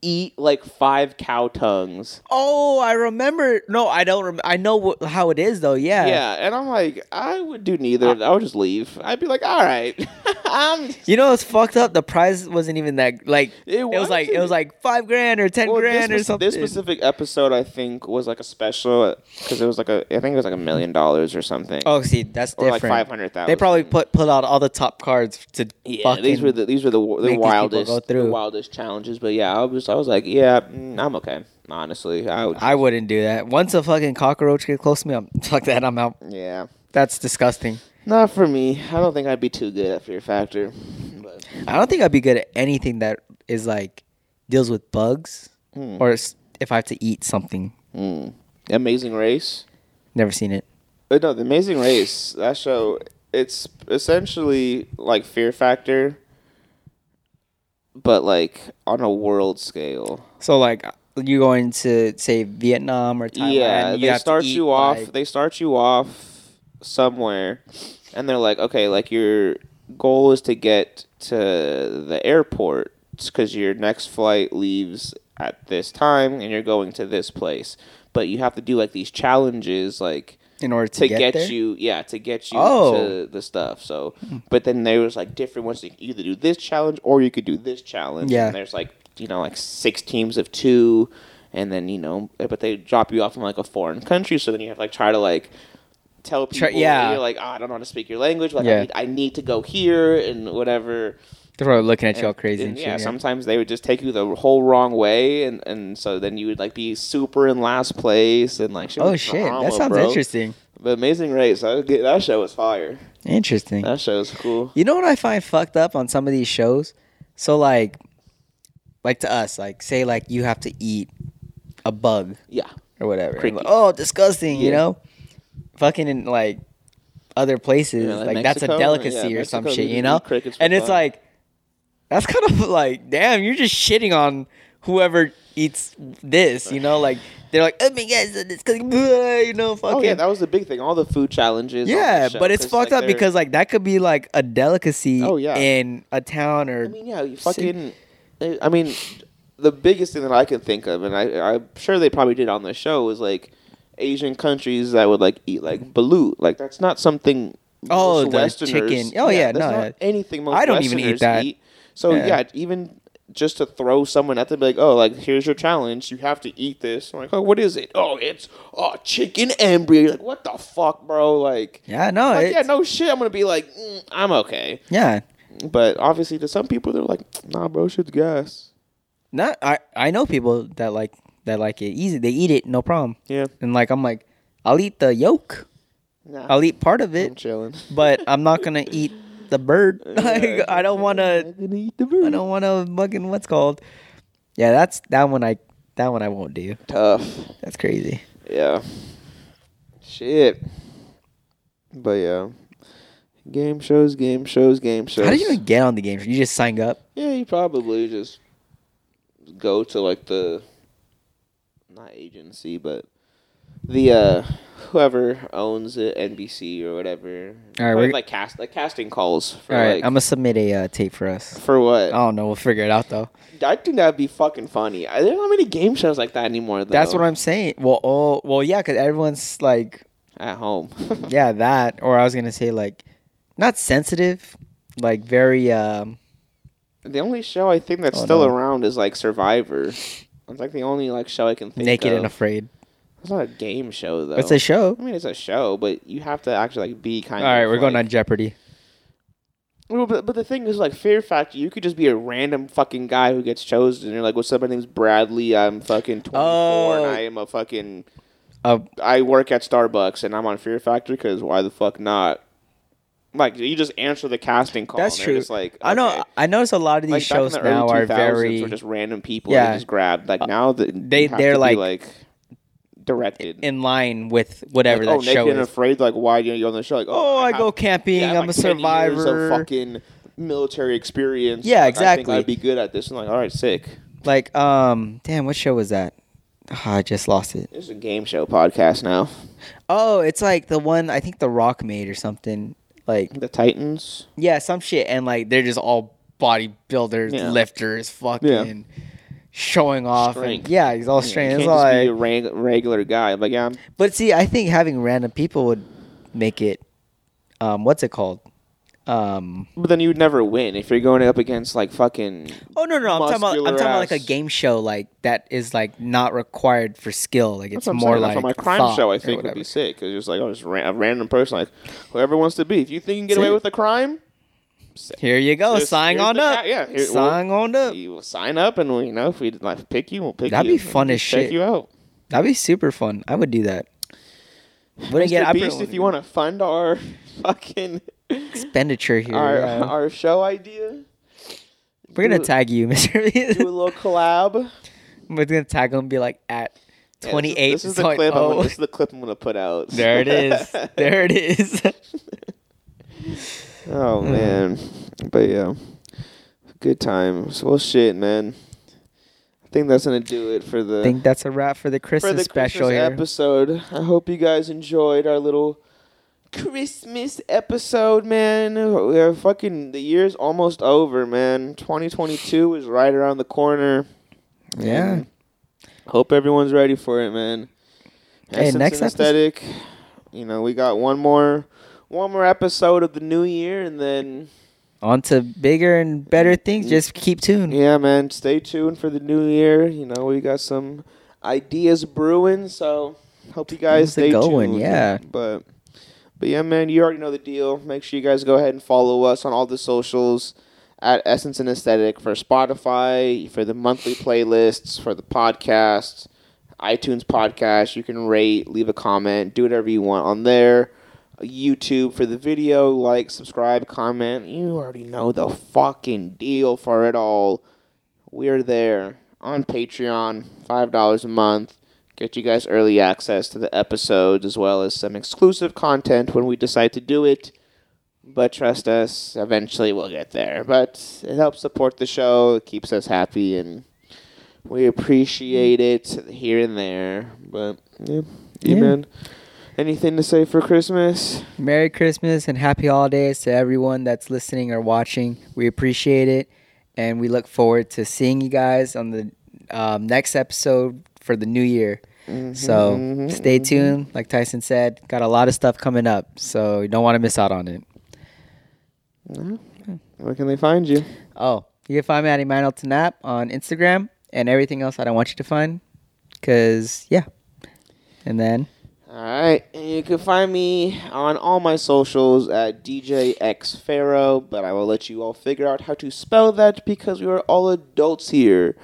Speaker 1: eat like five cow tongues.
Speaker 2: oh i remember no i don't rem- i know wh- how it is though yeah
Speaker 1: Yeah, and I'm like I would do neither. I would just leave. I'd be like all right. I'm
Speaker 2: you know it's fucked up the prize wasn't even that like
Speaker 1: It
Speaker 2: it, was like it
Speaker 1: wasn't.
Speaker 2: was like five grand or ten
Speaker 1: Well, this,
Speaker 2: grand or
Speaker 1: spec-
Speaker 2: something
Speaker 1: This specific episode, I think, was like a special because it was like a, I think it was like a million dollars or something,
Speaker 2: oh see that's
Speaker 1: or like
Speaker 2: different
Speaker 1: five hundred thousand.
Speaker 2: They probably put pull out all the top cards to
Speaker 1: yeah.
Speaker 2: fucking.
Speaker 1: these were the these were the, wa- the
Speaker 2: make these people go
Speaker 1: wildest the
Speaker 2: through.
Speaker 1: wildest challenges, but yeah, I was I was like, yeah, mm, I'm okay. Honestly, I would.
Speaker 2: I wouldn't do that. Once a fucking cockroach gets close to me, I'm fuck that. I'm out.
Speaker 1: yeah,
Speaker 2: That's disgusting.
Speaker 1: not for me. I don't think I'd be too good at Fear Factor. But
Speaker 2: I don't think I'd be good at anything that is like deals with bugs
Speaker 1: Hmm.
Speaker 2: or s- if I have to eat something.
Speaker 1: mm. Amazing Race.
Speaker 2: Never seen it.
Speaker 1: But no, The Amazing Race, that show, it's essentially like Fear Factor, but like on a world scale.
Speaker 2: So like you going to say Vietnam or Thailand?
Speaker 1: yeah,
Speaker 2: you
Speaker 1: they
Speaker 2: have to
Speaker 1: start
Speaker 2: eat,
Speaker 1: you off.
Speaker 2: like-
Speaker 1: They start you off somewhere, and they're like, okay, like your goal is to get to the airport because your next flight leaves at this time, and you're going to this place. But you have to do like these challenges, like
Speaker 2: in order to,
Speaker 1: to
Speaker 2: get,
Speaker 1: get,
Speaker 2: there?
Speaker 1: you yeah to get you
Speaker 2: Oh. Hmm.
Speaker 1: to the stuff so but then there was like different ones you could either do this challenge or you could do this challenge
Speaker 2: Yeah.
Speaker 1: and there's like you know like six teams of two and then you know eh, but they drop you off in like a foreign country so then you have to like try to like tell people
Speaker 2: Try- yeah.
Speaker 1: you're like "Ah, i don't know how to speak your language like
Speaker 2: Yeah.
Speaker 1: I, need, I need to go here and whatever
Speaker 2: They're probably looking at you all
Speaker 1: and-
Speaker 2: crazy
Speaker 1: and
Speaker 2: and, shit.
Speaker 1: yeah,
Speaker 2: Yeah,
Speaker 1: sometimes they would just take you the whole wrong way, and, and so then you would like be super in last place and like shit
Speaker 2: oh
Speaker 1: was
Speaker 2: shit,
Speaker 1: drama,
Speaker 2: that sounds
Speaker 1: bro.
Speaker 2: interesting.
Speaker 1: But Amazing Race, that, was good. that show was fire.
Speaker 2: Interesting.
Speaker 1: That show was cool.
Speaker 2: You know what I find fucked up on some of these shows? So like like to us, like say like you have to eat a bug
Speaker 1: Yeah.
Speaker 2: or whatever.
Speaker 1: Cricket.
Speaker 2: oh, disgusting, you
Speaker 1: Yeah.
Speaker 2: know? Fucking in, like other places.
Speaker 1: Yeah, like
Speaker 2: like that's a
Speaker 1: Mexico?
Speaker 2: delicacy
Speaker 1: Yeah,
Speaker 2: or some
Speaker 1: Mexico,
Speaker 2: shit,
Speaker 1: they
Speaker 2: you
Speaker 1: do
Speaker 2: know?
Speaker 1: crickets for
Speaker 2: And it's
Speaker 1: fun.
Speaker 2: like that's kind of like, damn, you're just shitting on whoever eats this, you know? Like they're like, oh my god, so this cooking, blah," you know, fucking
Speaker 1: Oh yeah, that was the big thing. All the food challenges. on
Speaker 2: yeah,
Speaker 1: that show,
Speaker 2: but it's
Speaker 1: 'cause,
Speaker 2: fucked
Speaker 1: like,
Speaker 2: up
Speaker 1: they're-
Speaker 2: because like that could be like a delicacy
Speaker 1: Oh, yeah.
Speaker 2: in a town or
Speaker 1: I mean, yeah, you
Speaker 2: Sick.
Speaker 1: fucking. they- I mean, the biggest thing that I can think of, and I, I'm sure they probably did on the show, was like Asian countries that would like eat like balut. Like that's not something.
Speaker 2: Oh,
Speaker 1: most
Speaker 2: the
Speaker 1: Westerners-
Speaker 2: chicken. Oh, yeah,
Speaker 1: that's
Speaker 2: no,
Speaker 1: not
Speaker 2: yeah.
Speaker 1: anything. Most
Speaker 2: I don't even eat
Speaker 1: Westerners
Speaker 2: that.
Speaker 1: So
Speaker 2: Yeah.
Speaker 1: yeah. even just to throw someone at them, be like, oh, like here's your challenge. You have to eat this. I'm like, oh, what is it? Oh, it's oh chicken embryo. You're like, what the fuck, bro? Like.
Speaker 2: yeah, no,
Speaker 1: like,
Speaker 2: it,
Speaker 1: yeah, no shit. I'm gonna be like, mm, I'm okay,
Speaker 2: yeah.
Speaker 1: but obviously to some people they're like, nah, bro, shit's gas.
Speaker 2: No, I I know people that like that like it easy. They eat it, no problem.
Speaker 1: Yeah.
Speaker 2: And like I'm like, I'll eat the yolk.
Speaker 1: Nah.
Speaker 2: I'll eat part of
Speaker 1: I'm
Speaker 2: it,
Speaker 1: chilling.
Speaker 2: but I'm not gonna eat the bird. like I don't wanna.
Speaker 1: I'm gonna eat the bird.
Speaker 2: I don't wanna fucking what's called. Yeah, that's that one. I that one I won't do.
Speaker 1: Tough.
Speaker 2: That's crazy.
Speaker 1: Yeah. Shit. But yeah. Game shows, game shows, game shows.
Speaker 2: How did you even get on the game? You just signed up.
Speaker 1: Yeah, you probably just go to like the not agency, but the uh whoever owns it, NBC or whatever.
Speaker 2: All right,
Speaker 1: Or,
Speaker 2: we're-
Speaker 1: like cast like casting calls for
Speaker 2: All right,
Speaker 1: like
Speaker 2: I'm gonna submit a uh, tape for us.
Speaker 1: for what?
Speaker 2: I don't know. We'll figure it out though.
Speaker 1: I think that'd be fucking funny. I, there's not many game shows like that anymore. Though,
Speaker 2: That's what I'm saying. Well, oh, well, yeah, because everyone's like
Speaker 1: at home.
Speaker 2: yeah that or i was gonna say like not sensitive like very um
Speaker 1: The only show I think that's
Speaker 2: Oh,
Speaker 1: still
Speaker 2: no.
Speaker 1: around is like Survivor. It's like the only like show I can think
Speaker 2: naked
Speaker 1: of.
Speaker 2: and afraid
Speaker 1: It's not a game show though.
Speaker 2: it's a show
Speaker 1: I mean, it's a show, but you have to actually like be kind.
Speaker 2: all right
Speaker 1: of,
Speaker 2: we're going
Speaker 1: like-
Speaker 2: on jeopardy
Speaker 1: Well, but, but the thing is, like Fear Factor, you could just be a random fucking guy who gets chosen. And you're like, "What's up? My name's Bradley. I'm fucking 24, and
Speaker 2: Oh.
Speaker 1: I am a fucking.
Speaker 2: uh,
Speaker 1: I work at Starbucks, and I'm on Fear Factor because why the fuck not? Like you just answer the casting call.
Speaker 2: That's
Speaker 1: and they're
Speaker 2: true.
Speaker 1: Just like
Speaker 2: i
Speaker 1: okay.
Speaker 2: know i notice a lot of these
Speaker 1: like
Speaker 2: shows
Speaker 1: back in the
Speaker 2: now
Speaker 1: early 2000s
Speaker 2: are very
Speaker 1: were just random people
Speaker 2: Yeah. Uh,
Speaker 1: they just grabbed. Like now the,
Speaker 2: they-
Speaker 1: you have
Speaker 2: they're
Speaker 1: to be,
Speaker 2: like-
Speaker 1: directed.
Speaker 2: in line with whatever
Speaker 1: like, oh,
Speaker 2: that
Speaker 1: naked
Speaker 2: show
Speaker 1: and
Speaker 2: is
Speaker 1: afraid. Like why you on the show? Like
Speaker 2: oh i
Speaker 1: have-
Speaker 2: go camping
Speaker 1: yeah, I have,
Speaker 2: i'm
Speaker 1: like,
Speaker 2: a
Speaker 1: 10 years
Speaker 2: survivor
Speaker 1: of fucking military experience.
Speaker 2: Yeah,
Speaker 1: Like, I think
Speaker 2: exactly.
Speaker 1: I'd be good at this. And like all right, sick.
Speaker 2: like um damn what show was that Ah, i just lost it
Speaker 1: This is a game show podcast now.
Speaker 2: oh it's like the one i think the rock made or something like
Speaker 1: The Titans.
Speaker 2: Yeah, some shit, and like they're just all bodybuilders,
Speaker 1: Yeah.
Speaker 2: lifters, fucking showing off. and-
Speaker 1: Strength.
Speaker 2: yeah, he's all
Speaker 1: You
Speaker 2: straight.
Speaker 1: can't
Speaker 2: it's
Speaker 1: just
Speaker 2: all
Speaker 1: be
Speaker 2: like,
Speaker 1: a reg- regular guy. Like yeah, I'm-
Speaker 2: but see, I think having random people would make it. Um, what's it called? Um,
Speaker 1: but then you'd never win if you're going up against like fucking.
Speaker 2: oh no, no, I'm talking about I'm
Speaker 1: Muscular
Speaker 2: talking about like a
Speaker 1: ass.
Speaker 2: game show like that is like not required for skill. Like
Speaker 1: That's
Speaker 2: it's
Speaker 1: what I'm
Speaker 2: more
Speaker 1: saying.
Speaker 2: like
Speaker 1: That's what my crime
Speaker 2: thought
Speaker 1: show.
Speaker 2: or
Speaker 1: I think would
Speaker 2: whatever.
Speaker 1: be sick. It's just like oh, just ran- a random person, like whoever wants to be. If you think you can get
Speaker 2: See?
Speaker 1: away with a crime,
Speaker 2: Here you go,
Speaker 1: Here's-
Speaker 2: sign
Speaker 1: here's
Speaker 2: on
Speaker 1: the
Speaker 2: up.
Speaker 1: cat. Yeah, here-
Speaker 2: sign on up.
Speaker 1: you will sign up, and we, you know if we like pick you, we'll pick
Speaker 2: That'd
Speaker 1: you.
Speaker 2: be fun
Speaker 1: We'll
Speaker 2: as
Speaker 1: check
Speaker 2: shit.
Speaker 1: you out.
Speaker 2: That'd be super fun. I would do that. Wouldn't
Speaker 1: Mr.
Speaker 2: get I
Speaker 1: Beast,
Speaker 2: probably
Speaker 1: if you want to fund our fucking
Speaker 2: expenditure here.
Speaker 1: our,
Speaker 2: yeah.
Speaker 1: our show idea,
Speaker 2: We're gonna
Speaker 1: Do-
Speaker 2: tag you, Mister.
Speaker 1: do a little collab.
Speaker 2: We're gonna tag him and be like at
Speaker 1: Yeah,
Speaker 2: twenty eight.
Speaker 1: This is, this is the clip. I'm gonna, this is the clip I'm gonna put out.
Speaker 2: oh. There it is. There it is.
Speaker 1: Oh
Speaker 2: Hmm.
Speaker 1: man, but yeah, good times. Well, shit, man. I think that's gonna do it for the
Speaker 2: I think that's a wrap for the Christmas
Speaker 1: for the
Speaker 2: special
Speaker 1: Christmas
Speaker 2: here.
Speaker 1: episode. I hope you guys enjoyed our little Christmas episode, man. We're fucking the year's almost over, man. 2022 is right around the corner.
Speaker 2: Yeah.
Speaker 1: And hope everyone's ready for it, man.
Speaker 2: Hey,
Speaker 1: Essence
Speaker 2: next
Speaker 1: and
Speaker 2: episode-
Speaker 1: aesthetic. You know, we got one more one more episode of the new year and then
Speaker 2: On to bigger and better things. Just keep tuned.
Speaker 1: Yeah, man. Stay tuned for the new year. You know, we got some ideas brewing, so hope you guys
Speaker 2: Things are
Speaker 1: stay
Speaker 2: going,
Speaker 1: tuned.
Speaker 2: yeah.
Speaker 1: But but yeah, man, you already know the deal. Make sure you guys go ahead and follow us on all the socials at Essence and Aesthetic for Spotify, for the monthly playlists, for the podcast, iTunes podcast. You can rate, leave a comment, do whatever you want on there. YouTube for the video, like, subscribe, comment. You already know the fucking deal for it all. We are there on Patreon, $5 a month. get you guys early access to the episodes as well as some exclusive content when we decide to do it. But trust us, eventually we'll get there. But it helps support the show, it keeps us happy, and we appreciate it here and there. But yeah,
Speaker 2: Yeah.
Speaker 1: amen. Anything to say for Christmas?
Speaker 2: Merry Christmas and happy holidays to everyone that's listening or watching. We appreciate it, and we look forward to seeing you guys on the um, next episode for the new year.
Speaker 1: Mm-hmm.
Speaker 2: So stay tuned. Like Tyson said, got a lot of stuff coming up, so you don't want to miss out on it.
Speaker 1: No. Where can they find you?
Speaker 2: Oh, you can find me at Emmanuel Tanap on Instagram and everything else I don't want you to find. Cause yeah. And then
Speaker 1: All right, and you can find me on all my socials at DJX Pharaoh, but I will let you all figure out how to spell that because we are all adults here.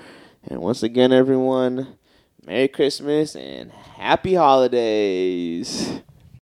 Speaker 1: And once again, everyone, Merry Christmas and Happy Holidays.